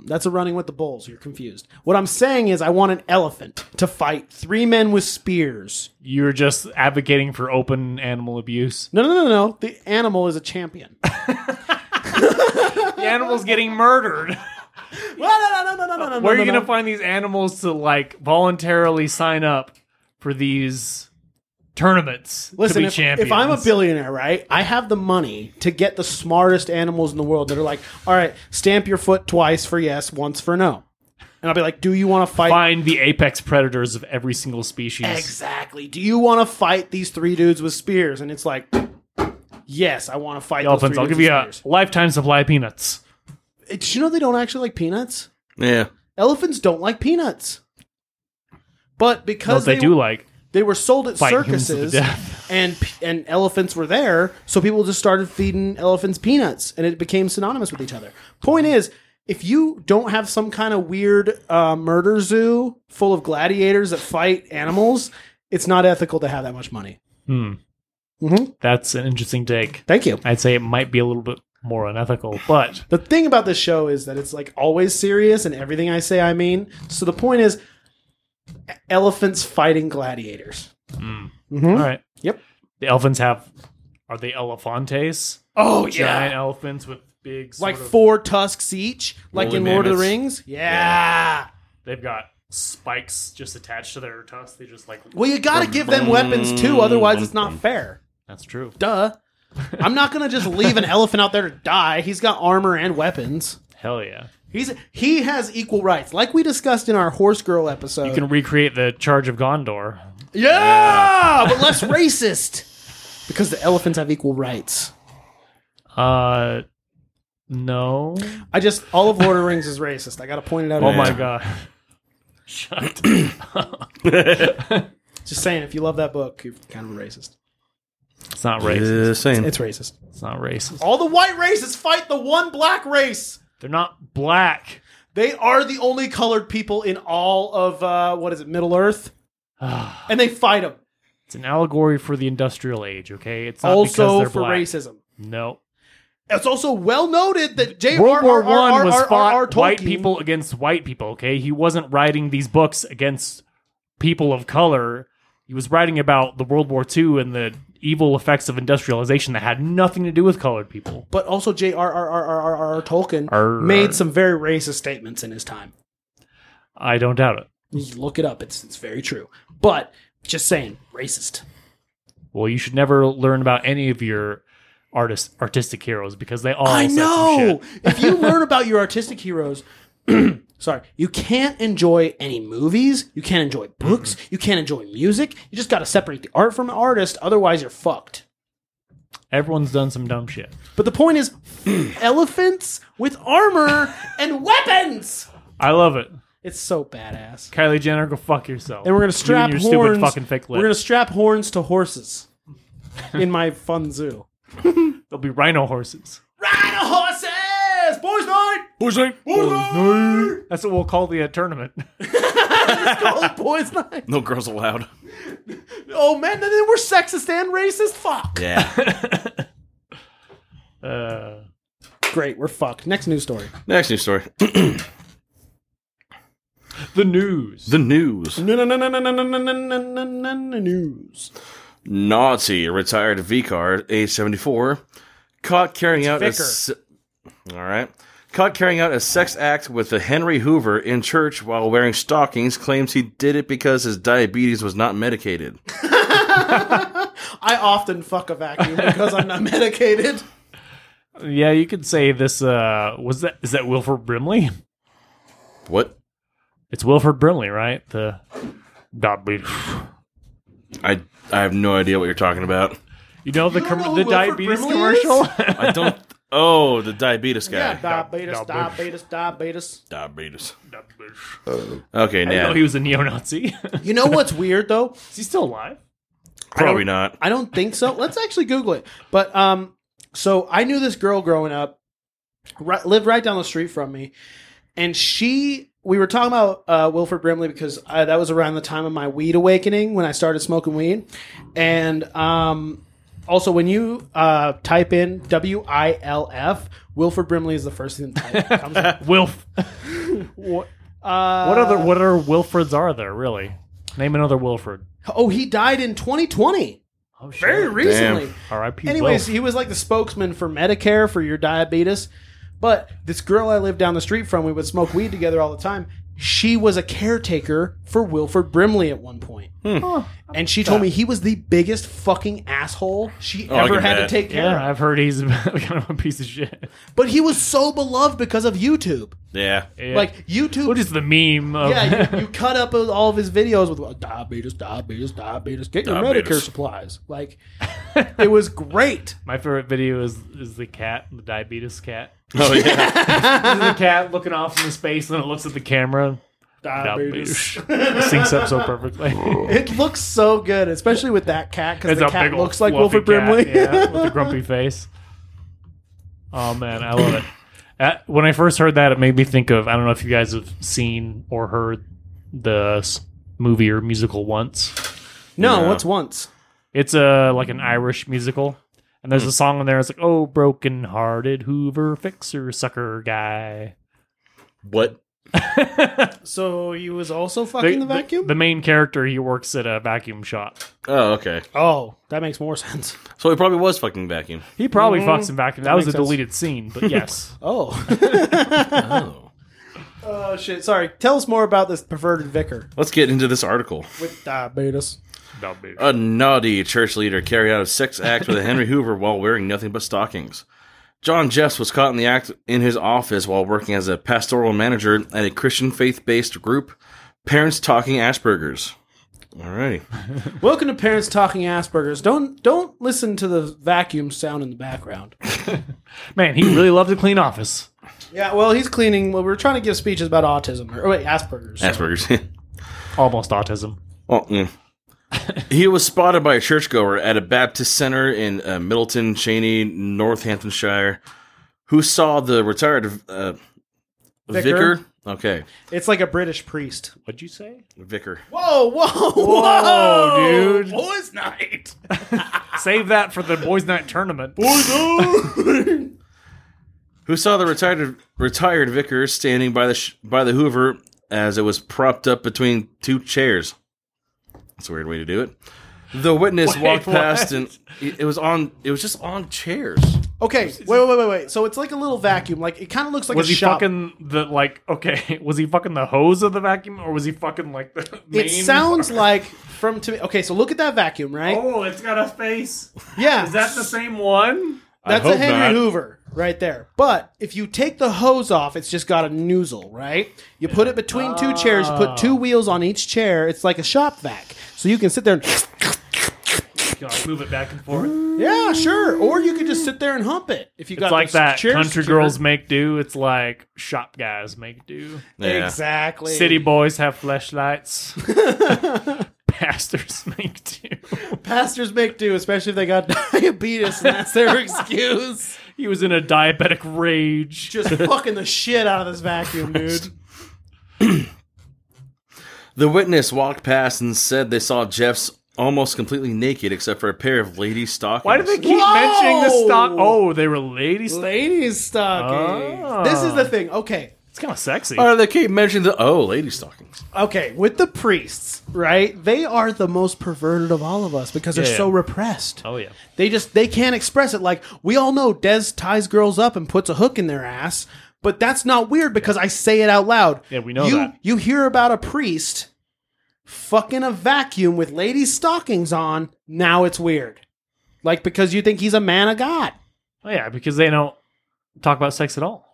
[SPEAKER 2] That's a running with the bulls. You're confused. What I'm saying is, I want an elephant to fight three men with spears.
[SPEAKER 3] You're just advocating for open animal abuse.
[SPEAKER 2] No, no, no, no. The animal is a champion.
[SPEAKER 3] The animal's getting murdered.
[SPEAKER 2] Well, no, no, no, no, no, no, no.
[SPEAKER 3] Where are
[SPEAKER 2] no,
[SPEAKER 3] you going
[SPEAKER 2] no.
[SPEAKER 3] to find these animals to like voluntarily sign up for these tournaments
[SPEAKER 2] Listen,
[SPEAKER 3] to be
[SPEAKER 2] if,
[SPEAKER 3] champions?
[SPEAKER 2] if I'm a billionaire, right, I have the money to get the smartest animals in the world that are like, all right, stamp your foot twice for yes, once for no. And I'll be like, do you want to fight?
[SPEAKER 3] find the apex predators of every single species.
[SPEAKER 2] Exactly. Do you want to fight these three dudes with spears? And it's like, yes, I want to fight those
[SPEAKER 3] Elephants,
[SPEAKER 2] three
[SPEAKER 3] I'll
[SPEAKER 2] dudes
[SPEAKER 3] give you
[SPEAKER 2] with
[SPEAKER 3] a
[SPEAKER 2] spears.
[SPEAKER 3] lifetime supply of peanuts.
[SPEAKER 2] Did you know they don't actually like peanuts?
[SPEAKER 1] Yeah,
[SPEAKER 2] Elephants don't like peanuts. But
[SPEAKER 3] What
[SPEAKER 2] because
[SPEAKER 3] they,
[SPEAKER 2] they,
[SPEAKER 3] do like
[SPEAKER 2] they were sold at
[SPEAKER 3] fight humans to the
[SPEAKER 2] circuses
[SPEAKER 3] death.
[SPEAKER 2] and p- and elephants were there, so people just started feeding elephants peanuts and it became synonymous with each other. Point is, if you don't have some kind of weird uh, murder zoo full of gladiators that fight animals, it's not ethical to have that much money.
[SPEAKER 3] That's an interesting take.
[SPEAKER 2] Thank you.
[SPEAKER 3] I'd say it might be a little bit more unethical, but
[SPEAKER 2] The thing about this show is that it's like always serious and everything I say I mean. So the point is e-, elephants fighting gladiators.
[SPEAKER 3] all right.
[SPEAKER 2] Hmm? Yep.
[SPEAKER 3] The elephants have are they elephantes?
[SPEAKER 2] Oh
[SPEAKER 3] Giant elephants with big sort
[SPEAKER 2] Like
[SPEAKER 3] of-
[SPEAKER 2] four tusks each, like
[SPEAKER 1] Woolly
[SPEAKER 2] in Lord of the
[SPEAKER 1] mammoths.
[SPEAKER 2] Rings. Yeah.
[SPEAKER 3] they've got spikes just attached to their tusks. They just like
[SPEAKER 2] Well, you got to give them weapons too, otherwise it's not fair.
[SPEAKER 3] that's true.
[SPEAKER 2] Duh. I'm not going to just leave an elephant out there to die. He's got armor and weapons.
[SPEAKER 3] Hell yeah.
[SPEAKER 2] He's he has equal rights, like we discussed in our horse girl episode.
[SPEAKER 3] You can recreate the charge of Gondor.
[SPEAKER 2] Yeah, but less racist because the elephants have equal rights.
[SPEAKER 3] Uh no.
[SPEAKER 2] I just all of Lord of the Rings is racist. I got to point it out.
[SPEAKER 3] Oh
[SPEAKER 2] every
[SPEAKER 3] my
[SPEAKER 2] time.
[SPEAKER 3] god. Shut
[SPEAKER 2] Just saying, if you love that book, you're kind of a racist.
[SPEAKER 3] It's not racist.
[SPEAKER 1] the same.
[SPEAKER 2] It's racist.
[SPEAKER 3] It's not racist.
[SPEAKER 2] All the white races fight the one black race.
[SPEAKER 3] They're not black.
[SPEAKER 2] They are the only colored people in all of uh, what is it, Middle Earth, and they fight them.
[SPEAKER 3] It's an allegory for the industrial age, okay? It's not because
[SPEAKER 2] Also
[SPEAKER 3] they're
[SPEAKER 2] for
[SPEAKER 3] black.
[SPEAKER 2] racism.
[SPEAKER 3] No.
[SPEAKER 2] It's also well noted that J.R.R.R.R.R.
[SPEAKER 3] World War One was fought
[SPEAKER 2] Tolkien-
[SPEAKER 3] white people against white people. Okay, he wasn't writing these books against people of color. He was writing about the World War II and the evil effects of industrialization that had nothing to do with colored people.
[SPEAKER 2] but also J.R.R.R.R.R. Tolkien
[SPEAKER 3] Arr.
[SPEAKER 2] made some very racist statements in his time.
[SPEAKER 3] I don't doubt it.
[SPEAKER 2] You look it up; it's it's very true. But just saying, racist.
[SPEAKER 3] Well, you should never learn about any of your artist artistic heroes because they all
[SPEAKER 2] I
[SPEAKER 3] Oh, said some
[SPEAKER 2] know.
[SPEAKER 3] shit.
[SPEAKER 2] if you learn about your artistic heroes, sorry, you can't enjoy any movies. You can't enjoy books. You can't enjoy music. You just got to separate the art from the artist. Otherwise, you're fucked.
[SPEAKER 3] Everyone's done some dumb shit.
[SPEAKER 2] But the point is, elephants with armor and weapons.
[SPEAKER 3] I love it.
[SPEAKER 2] It's so badass.
[SPEAKER 3] Kylie Jenner, go fuck yourself.
[SPEAKER 2] And we're gonna strap
[SPEAKER 3] you and your
[SPEAKER 2] horns.
[SPEAKER 3] Stupid fucking fake lip.
[SPEAKER 2] we're gonna strap horns to horses in my fun zoo.
[SPEAKER 3] They'll be rhino horses.
[SPEAKER 2] Rhino horses, boys night,
[SPEAKER 3] That's what we'll call the uh, tournament.
[SPEAKER 2] oh, boys night.
[SPEAKER 1] No girls allowed.
[SPEAKER 2] Oh man, then we're sexist and racist. Fuck.
[SPEAKER 1] Yeah.
[SPEAKER 3] Uh,
[SPEAKER 2] Great, we're fucked. Next news story.
[SPEAKER 1] Next news story.
[SPEAKER 3] The news.
[SPEAKER 1] The news.
[SPEAKER 2] No, no, no, no, no, no, no, no, no, no, no, no, news.
[SPEAKER 1] Nazi, a retired VCAR, age 74, caught carrying out a
[SPEAKER 3] Vicar.
[SPEAKER 1] se- all right, caught carrying out a sex act with a Henry Hoover in church while wearing stockings. Claims he did it because his diabetes was not medicated.
[SPEAKER 2] I often fuck a vacuum because I'm not medicated.
[SPEAKER 3] yeah, you could say this. Uh, was that is that Wilford Brimley?
[SPEAKER 1] What?
[SPEAKER 3] It's Wilford Brimley, right? The diabetes.
[SPEAKER 1] I I have no idea what you're talking about.
[SPEAKER 3] You know the
[SPEAKER 2] don't
[SPEAKER 3] com-
[SPEAKER 2] know who
[SPEAKER 3] the
[SPEAKER 2] Wilford
[SPEAKER 3] diabetes
[SPEAKER 2] Brimley
[SPEAKER 3] commercial.
[SPEAKER 1] I don't. oh, the diabetes guy.
[SPEAKER 2] Yeah, diabetes,
[SPEAKER 3] Diabetes.
[SPEAKER 2] diabetes, diabetes.
[SPEAKER 1] diabetes. Okay,
[SPEAKER 3] I didn't know
[SPEAKER 1] now
[SPEAKER 3] he was a neo-Nazi. is
[SPEAKER 2] You know what's weird though?
[SPEAKER 3] he still alive?
[SPEAKER 1] probably not.
[SPEAKER 2] I don't think so. Let's actually Google it. But um, so I knew this girl growing up, right, lived right down the street from me, and she. We were talking about uh, Wilford Brimley because uh that was around the time of my weed awakening when I started smoking weed, and um, also when you uh, type in W I L F, Wilford Brimley is the first thing that type- comes up.
[SPEAKER 3] Wilf. what, what other what other Wilfords are there really? Name another Wilford.
[SPEAKER 2] Oh, he died in 2020,
[SPEAKER 3] Oh, shit.
[SPEAKER 2] very recently.
[SPEAKER 3] R.I.P.
[SPEAKER 2] Anyways,
[SPEAKER 3] Wilf.
[SPEAKER 2] he was like the spokesman for Medicare for your diabetes. But this girl I lived down the street from, we would smoke weed together all the time. She was a caretaker for Wilford Brimley at one point.
[SPEAKER 1] Hmm.
[SPEAKER 2] and she told me he was the biggest fucking asshole she
[SPEAKER 1] Oh, I
[SPEAKER 2] ever
[SPEAKER 1] can
[SPEAKER 2] had to
[SPEAKER 1] bet.
[SPEAKER 2] take care
[SPEAKER 3] yeah,
[SPEAKER 2] of.
[SPEAKER 3] I've heard he's kind of a piece of shit.
[SPEAKER 2] But he was so beloved because of YouTube.
[SPEAKER 1] Yeah.
[SPEAKER 3] Yeah.
[SPEAKER 2] Like, YouTube.
[SPEAKER 3] what is the meme? Of,
[SPEAKER 2] yeah, you, you cut up all of his videos with well, diabetes, diabetes, diabetes. Get your
[SPEAKER 1] Diabetes.
[SPEAKER 2] Medicare supplies. Like, it was great.
[SPEAKER 3] My favorite video is is the cat, the diabetes cat.
[SPEAKER 1] Oh yeah.
[SPEAKER 3] the cat looking off into space, and it looks at the camera.
[SPEAKER 2] Diabetes.
[SPEAKER 3] Syncs up so perfectly.
[SPEAKER 2] It looks so good, especially with that cat because
[SPEAKER 3] It's
[SPEAKER 2] the
[SPEAKER 3] a
[SPEAKER 2] cat
[SPEAKER 3] big old
[SPEAKER 2] looks like
[SPEAKER 3] fluffy
[SPEAKER 2] Wilford Brimley.
[SPEAKER 3] cat, yeah, with a grumpy face. Oh man, I love it. Uh, when I first heard that, it made me think of I don't know if you guys have seen or heard the s- movie or musical once.
[SPEAKER 2] no,
[SPEAKER 1] Yeah.
[SPEAKER 2] what's once?
[SPEAKER 3] It's a like an Irish musical, and
[SPEAKER 2] Hmm.
[SPEAKER 3] there's a song in there. It's like, "Oh, broken-hearted Hoover fixer sucker guy."
[SPEAKER 1] what?
[SPEAKER 2] So he was also fucking the, vacuum.
[SPEAKER 3] the main character, he works at a vacuum shop.
[SPEAKER 1] Oh, okay.
[SPEAKER 2] oh, that makes more sense.
[SPEAKER 1] So he probably was fucking vacuum.
[SPEAKER 3] He probably fucks in vacuum. That, was a
[SPEAKER 2] Hmm. makes sense.
[SPEAKER 3] deleted scene, but yes.
[SPEAKER 2] Oh,
[SPEAKER 1] Oh.
[SPEAKER 2] oh shit. Sorry. Tell us more about this perverted vicar
[SPEAKER 1] Let's get into this article.
[SPEAKER 2] with diabetes.
[SPEAKER 1] A naughty church leader carried out a sex act with a Henry Hoover while wearing nothing but stockings. John Jeffs was caught in the act in his office while working as a pastoral manager at a Christian faith based group, Parents Talking Asperger's. Alrighty.
[SPEAKER 2] Welcome to parents talking Aspergers. Don't don't listen to the vacuum sound in the background.
[SPEAKER 3] Man, he really loved a clean office.
[SPEAKER 2] Yeah, well, he's cleaning. Well, we were trying to give speeches about autism or, or wait, Aspergers.
[SPEAKER 1] Asperger's.
[SPEAKER 3] Almost autism.
[SPEAKER 1] well, mm. He was spotted by a churchgoer at a Baptist center in uh, Middleton, Cheney, Northamptonshire, who saw the retired uh,
[SPEAKER 2] Vicar.
[SPEAKER 1] vicar. Okay,
[SPEAKER 2] It's like a British priest.
[SPEAKER 3] What'd you say?
[SPEAKER 1] vicar.
[SPEAKER 2] Whoa, whoa, whoa,
[SPEAKER 3] dude.
[SPEAKER 2] Boys' night.
[SPEAKER 3] Save that for the boys' night tournament.
[SPEAKER 1] who saw the retired retired vicar standing by the sh- by the Hoover as it was propped up between two chairs. That's a weird way to do it. The witness walked
[SPEAKER 3] what?
[SPEAKER 1] past and it it was on. It was just on chairs.
[SPEAKER 2] Okay, wait, wait, wait, wait, wait. So it's like a little vacuum. Like it kind of looks like
[SPEAKER 3] Was
[SPEAKER 2] a
[SPEAKER 3] he
[SPEAKER 2] shop.
[SPEAKER 3] fucking the like? Okay, was he fucking the hose of the vacuum, or was he fucking like the? Main
[SPEAKER 2] it sounds like from to me. Okay, so look at that vacuum, right?
[SPEAKER 3] Oh, it's got a face.
[SPEAKER 2] yeah,
[SPEAKER 3] Is that the same one?
[SPEAKER 2] that's
[SPEAKER 1] I
[SPEAKER 2] a
[SPEAKER 1] hope
[SPEAKER 2] Henry
[SPEAKER 1] not.
[SPEAKER 2] Hoover right there. But if you take the hose off, it's just got a noozle, right? You put it between two chairs. You put two
[SPEAKER 3] Ah.
[SPEAKER 2] wheels on each chair. It's like a shop vac, so you can sit there. and...
[SPEAKER 3] Can I move it back and forth?
[SPEAKER 2] Yeah, sure. Or you could just sit there and hump it if you got
[SPEAKER 3] It's like
[SPEAKER 2] those
[SPEAKER 3] that
[SPEAKER 2] chairs
[SPEAKER 3] country
[SPEAKER 2] secured.
[SPEAKER 3] girls make do. It's like shop guys make do.
[SPEAKER 1] Yeah.
[SPEAKER 2] Exactly.
[SPEAKER 3] City boys have flashlights. Pastors make do.
[SPEAKER 2] pastors make do, especially if they got diabetes, and that's their excuse.
[SPEAKER 3] He was in a diabetic rage.
[SPEAKER 2] just fucking the shit out of this vacuum, dude.
[SPEAKER 1] The witness walked past and said they saw Jeff's almost completely naked except for a pair of lady stockings.
[SPEAKER 3] Why do they keep
[SPEAKER 2] Whoa!
[SPEAKER 3] mentioning the stock? Oh, they were ladies.
[SPEAKER 2] Ladies stocking.
[SPEAKER 3] Ah.
[SPEAKER 2] This is the thing. Okay.
[SPEAKER 3] It's kind of sexy.
[SPEAKER 2] Uh,
[SPEAKER 1] Or Uh, they keep mentioning the oh, lady stockings.
[SPEAKER 2] Okay, with the priests, right? They are the most perverted of all of us because they're
[SPEAKER 3] Yeah.
[SPEAKER 2] so repressed.
[SPEAKER 3] oh yeah.
[SPEAKER 2] They just they can't express it. Like we all know, Des ties girls up and puts a hook in their ass, but that's not weird because I say it out loud.
[SPEAKER 3] Yeah, we know
[SPEAKER 2] you,
[SPEAKER 3] that.
[SPEAKER 2] You hear about a priest fucking a vacuum with ladies' stockings on. Now it's weird, like because you think he's a man of God.
[SPEAKER 3] Oh yeah, because they don't talk about sex at all.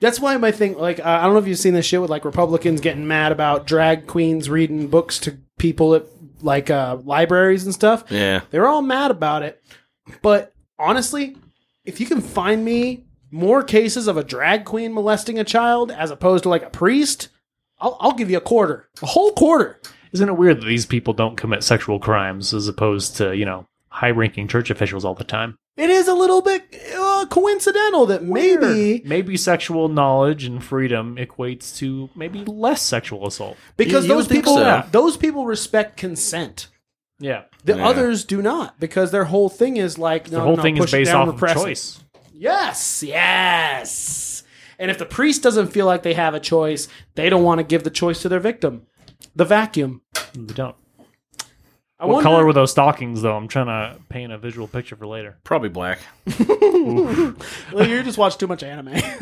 [SPEAKER 2] That's why my thing, like, uh, I don't know if you've seen this shit with like Republicans getting mad about drag queens reading books to people at like uh, libraries and stuff.
[SPEAKER 1] Yeah.
[SPEAKER 2] They're all mad about it. But honestly, if you can find me more cases of a drag queen molesting a child as opposed to like a priest, I'll, I'll give you a quarter, a whole quarter.
[SPEAKER 3] Isn't it weird that these people don't commit sexual crimes as opposed to you know high-ranking church officials all the time?
[SPEAKER 2] It is a little bit uh, coincidental that maybe
[SPEAKER 3] Maybe sexual knowledge and freedom equates to maybe less sexual assault.
[SPEAKER 2] because
[SPEAKER 1] You- you
[SPEAKER 2] those
[SPEAKER 1] would think
[SPEAKER 2] people
[SPEAKER 1] so.
[SPEAKER 2] those people respect consent.
[SPEAKER 3] Yeah,
[SPEAKER 2] The
[SPEAKER 1] Yeah.
[SPEAKER 2] others do not because their whole thing is like no,
[SPEAKER 3] the whole
[SPEAKER 2] no,
[SPEAKER 3] thing is
[SPEAKER 2] push it
[SPEAKER 3] based
[SPEAKER 2] down,
[SPEAKER 3] off of
[SPEAKER 2] repress it.
[SPEAKER 3] choice.
[SPEAKER 2] Yes, yes. And if the priest doesn't feel like they have a choice, they don't want to give the choice to their victim. The vacuum.
[SPEAKER 3] You don't.
[SPEAKER 2] I
[SPEAKER 3] What
[SPEAKER 2] wonder-
[SPEAKER 3] color were those stockings, though? I'm trying to paint a visual picture for later.
[SPEAKER 1] Probably black.
[SPEAKER 2] Well, you just watched too much anime. you've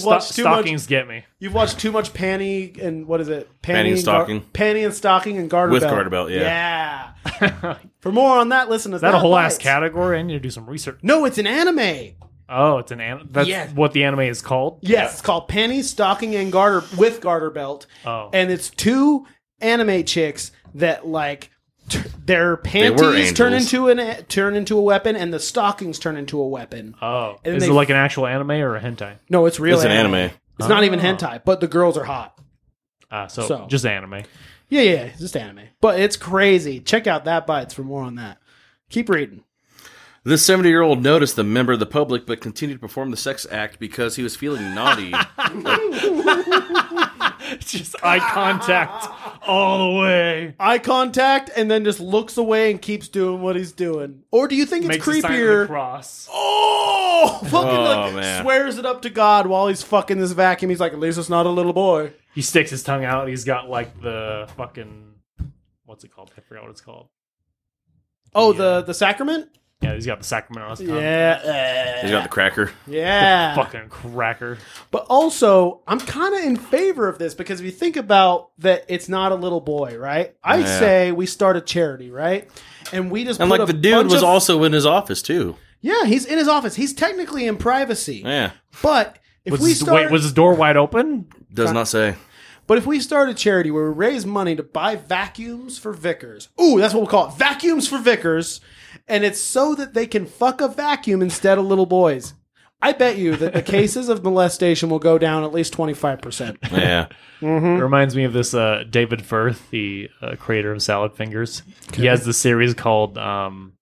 [SPEAKER 3] Sto-
[SPEAKER 2] watched too much.
[SPEAKER 3] stockings get me.
[SPEAKER 2] You've watched too much panty and what is it? Panty,
[SPEAKER 1] and
[SPEAKER 2] gar-
[SPEAKER 1] stocking.
[SPEAKER 2] panty and stocking and garter
[SPEAKER 1] With
[SPEAKER 2] belt.
[SPEAKER 1] garter belt,
[SPEAKER 2] Yeah. For more on that, listen to
[SPEAKER 3] Is that a whole ass
[SPEAKER 2] Bites.
[SPEAKER 3] category? I need to do some research.
[SPEAKER 2] No, it's an anime.
[SPEAKER 3] Oh, it's an anime. That's
[SPEAKER 2] Yes.
[SPEAKER 3] what the anime is called.
[SPEAKER 2] Yes, it's called Panty, Stocking, and Garter with Garter Belt.
[SPEAKER 3] Oh.
[SPEAKER 2] And it's two anime chicks that like t- their
[SPEAKER 1] were
[SPEAKER 2] panties turn
[SPEAKER 1] angels.
[SPEAKER 2] into an a- turn into a weapon, and the stockings turn into a weapon.
[SPEAKER 3] Oh,
[SPEAKER 2] And
[SPEAKER 3] is
[SPEAKER 2] they-
[SPEAKER 3] it like an actual anime or a hentai?
[SPEAKER 2] No, it's real.
[SPEAKER 1] It's an anime.
[SPEAKER 2] It's not even
[SPEAKER 3] Oh.
[SPEAKER 2] hentai, but the girls are hot.
[SPEAKER 3] Ah, so,
[SPEAKER 2] So.
[SPEAKER 3] just anime.
[SPEAKER 2] Yeah, yeah, it's just anime, but it's crazy. Check out that bites for more on that. Keep reading.
[SPEAKER 1] This 70 year old noticed the member of the public but continued to perform the sex act because he was feeling naughty.
[SPEAKER 3] just eye contact all the way.
[SPEAKER 2] Eye contact, and then just looks away and keeps doing what he's doing. Or do you think it's
[SPEAKER 3] Makes a sign of the
[SPEAKER 2] creepier?
[SPEAKER 3] cross.
[SPEAKER 2] Oh, fucking
[SPEAKER 1] Oh,
[SPEAKER 2] like
[SPEAKER 1] man.
[SPEAKER 2] swears it up to God while he's fucking this vacuum. He's like, at least it's not a little boy.
[SPEAKER 3] He sticks his tongue out. He's got like the fucking what's it called? I forgot what it's called.
[SPEAKER 2] Oh,
[SPEAKER 3] Yeah.
[SPEAKER 2] the the sacrament.
[SPEAKER 3] Yeah, he's got the sacrament on his tongue.
[SPEAKER 2] Yeah,
[SPEAKER 1] He's got the cracker.
[SPEAKER 2] yeah.
[SPEAKER 3] Fucking cracker.
[SPEAKER 2] But also, I'm kind of in favor of this because if you think about that, it's not a little boy, right? I
[SPEAKER 1] Yeah.
[SPEAKER 2] say we start a charity, right? And we just
[SPEAKER 1] And
[SPEAKER 2] put
[SPEAKER 1] like
[SPEAKER 2] a
[SPEAKER 1] the dude
[SPEAKER 2] bunch
[SPEAKER 1] was
[SPEAKER 2] of-
[SPEAKER 1] also in his office too.
[SPEAKER 2] yeah, he's in his office. He's technically in privacy,
[SPEAKER 1] Yeah.
[SPEAKER 2] but if
[SPEAKER 3] Was
[SPEAKER 2] we
[SPEAKER 3] his,
[SPEAKER 2] start,
[SPEAKER 3] Wait, was his door wide open?
[SPEAKER 1] Does not say.
[SPEAKER 2] But if we start a charity where we raise money to buy vacuums for vicars, ooh, that's what we'll call it vacuums for vicars. And it's so that they can fuck a vacuum instead of little boys. I bet you that the cases of molestation will go down at least 25%.
[SPEAKER 1] Yeah.
[SPEAKER 3] It reminds me of this uh, David Firth, the uh, creator of Salad Fingers. He has this series called um,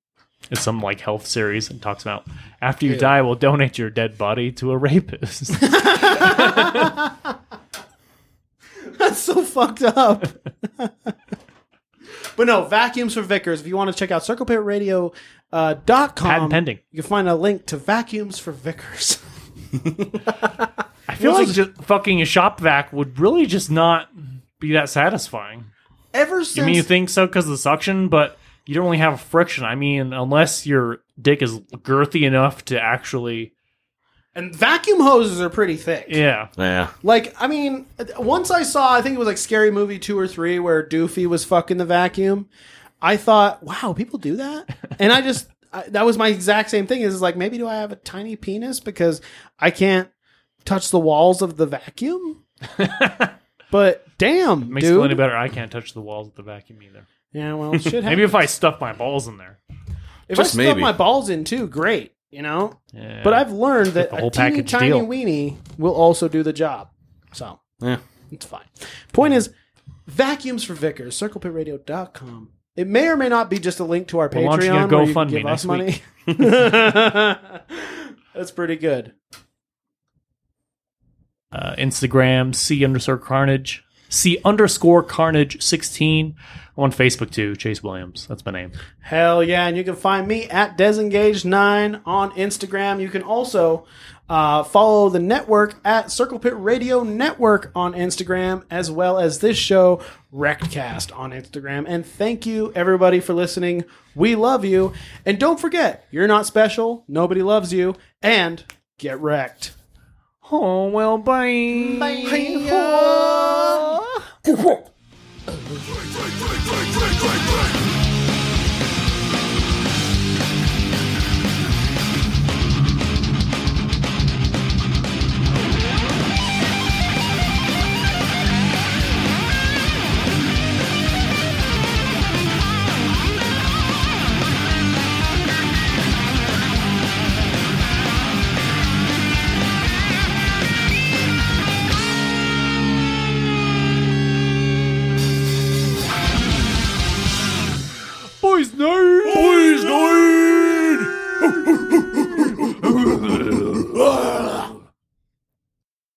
[SPEAKER 3] it's some like health series and talks about after you die, we'll donate your dead body to a rapist.
[SPEAKER 2] That's so fucked up. but no, vacuums for vicars. If you want to check out circlepitradio.com, uh, dot com,
[SPEAKER 3] Patent pending.
[SPEAKER 2] you can find a link to vacuums for vicars.
[SPEAKER 3] I feel like just fucking a shop vac would really just not be that satisfying.
[SPEAKER 2] Ever since
[SPEAKER 3] I mean, you think so because of the suction, but you don't really have friction. I mean, unless your dick is girthy enough to actually,
[SPEAKER 2] and vacuum hoses are pretty thick.
[SPEAKER 3] yeah,
[SPEAKER 1] Yeah.
[SPEAKER 2] Like, I mean, once I saw, I think it was like Scary Movie 2 or 3 where Doofy was fucking the vacuum. I thought, wow, people do that? And I just, I, that was my exact same thing. Is like, maybe do I have a tiny penis because I can't touch the walls of the vacuum? but damn,
[SPEAKER 3] makes it feel any
[SPEAKER 2] dude.
[SPEAKER 3] better. I can't touch the walls of the vacuum either.
[SPEAKER 2] yeah, well, shit
[SPEAKER 3] Maybe
[SPEAKER 2] happens.
[SPEAKER 3] if I stuff my balls in there,
[SPEAKER 2] if I
[SPEAKER 1] Just
[SPEAKER 2] stuff
[SPEAKER 1] maybe.
[SPEAKER 2] my balls in too, great, you know?
[SPEAKER 3] yeah.
[SPEAKER 2] But I've learned that
[SPEAKER 3] the whole
[SPEAKER 2] a teeny
[SPEAKER 3] package
[SPEAKER 2] tiny
[SPEAKER 3] deal.
[SPEAKER 2] weenie will also do the job. So.
[SPEAKER 1] Yeah.
[SPEAKER 2] It's fine. Point is, vacuums for Vickers, circlepitradio.com. It may or may not be just a link to our
[SPEAKER 3] Well, why don't you
[SPEAKER 2] Patreon
[SPEAKER 3] go
[SPEAKER 2] where you can
[SPEAKER 3] fund me
[SPEAKER 2] give us
[SPEAKER 3] next
[SPEAKER 2] money. That's pretty good.
[SPEAKER 3] uh, Instagram C underscore Carnage, C underscore carnage 16. I'm on Facebook too, Chase Williams. That's my name.
[SPEAKER 2] Hell yeah. And you can find me at Desengage9 on Instagram. You can also uh, follow the network at Circle Pit Radio Network on Instagram, as well as this show, Wreckcast, on Instagram. And thank you, everybody, for listening. We love you. And don't forget, you're not special. Nobody loves you. And get wrecked.
[SPEAKER 3] Oh, well, bye.
[SPEAKER 2] Hey-ho.
[SPEAKER 5] Break, break, break, break, break, break.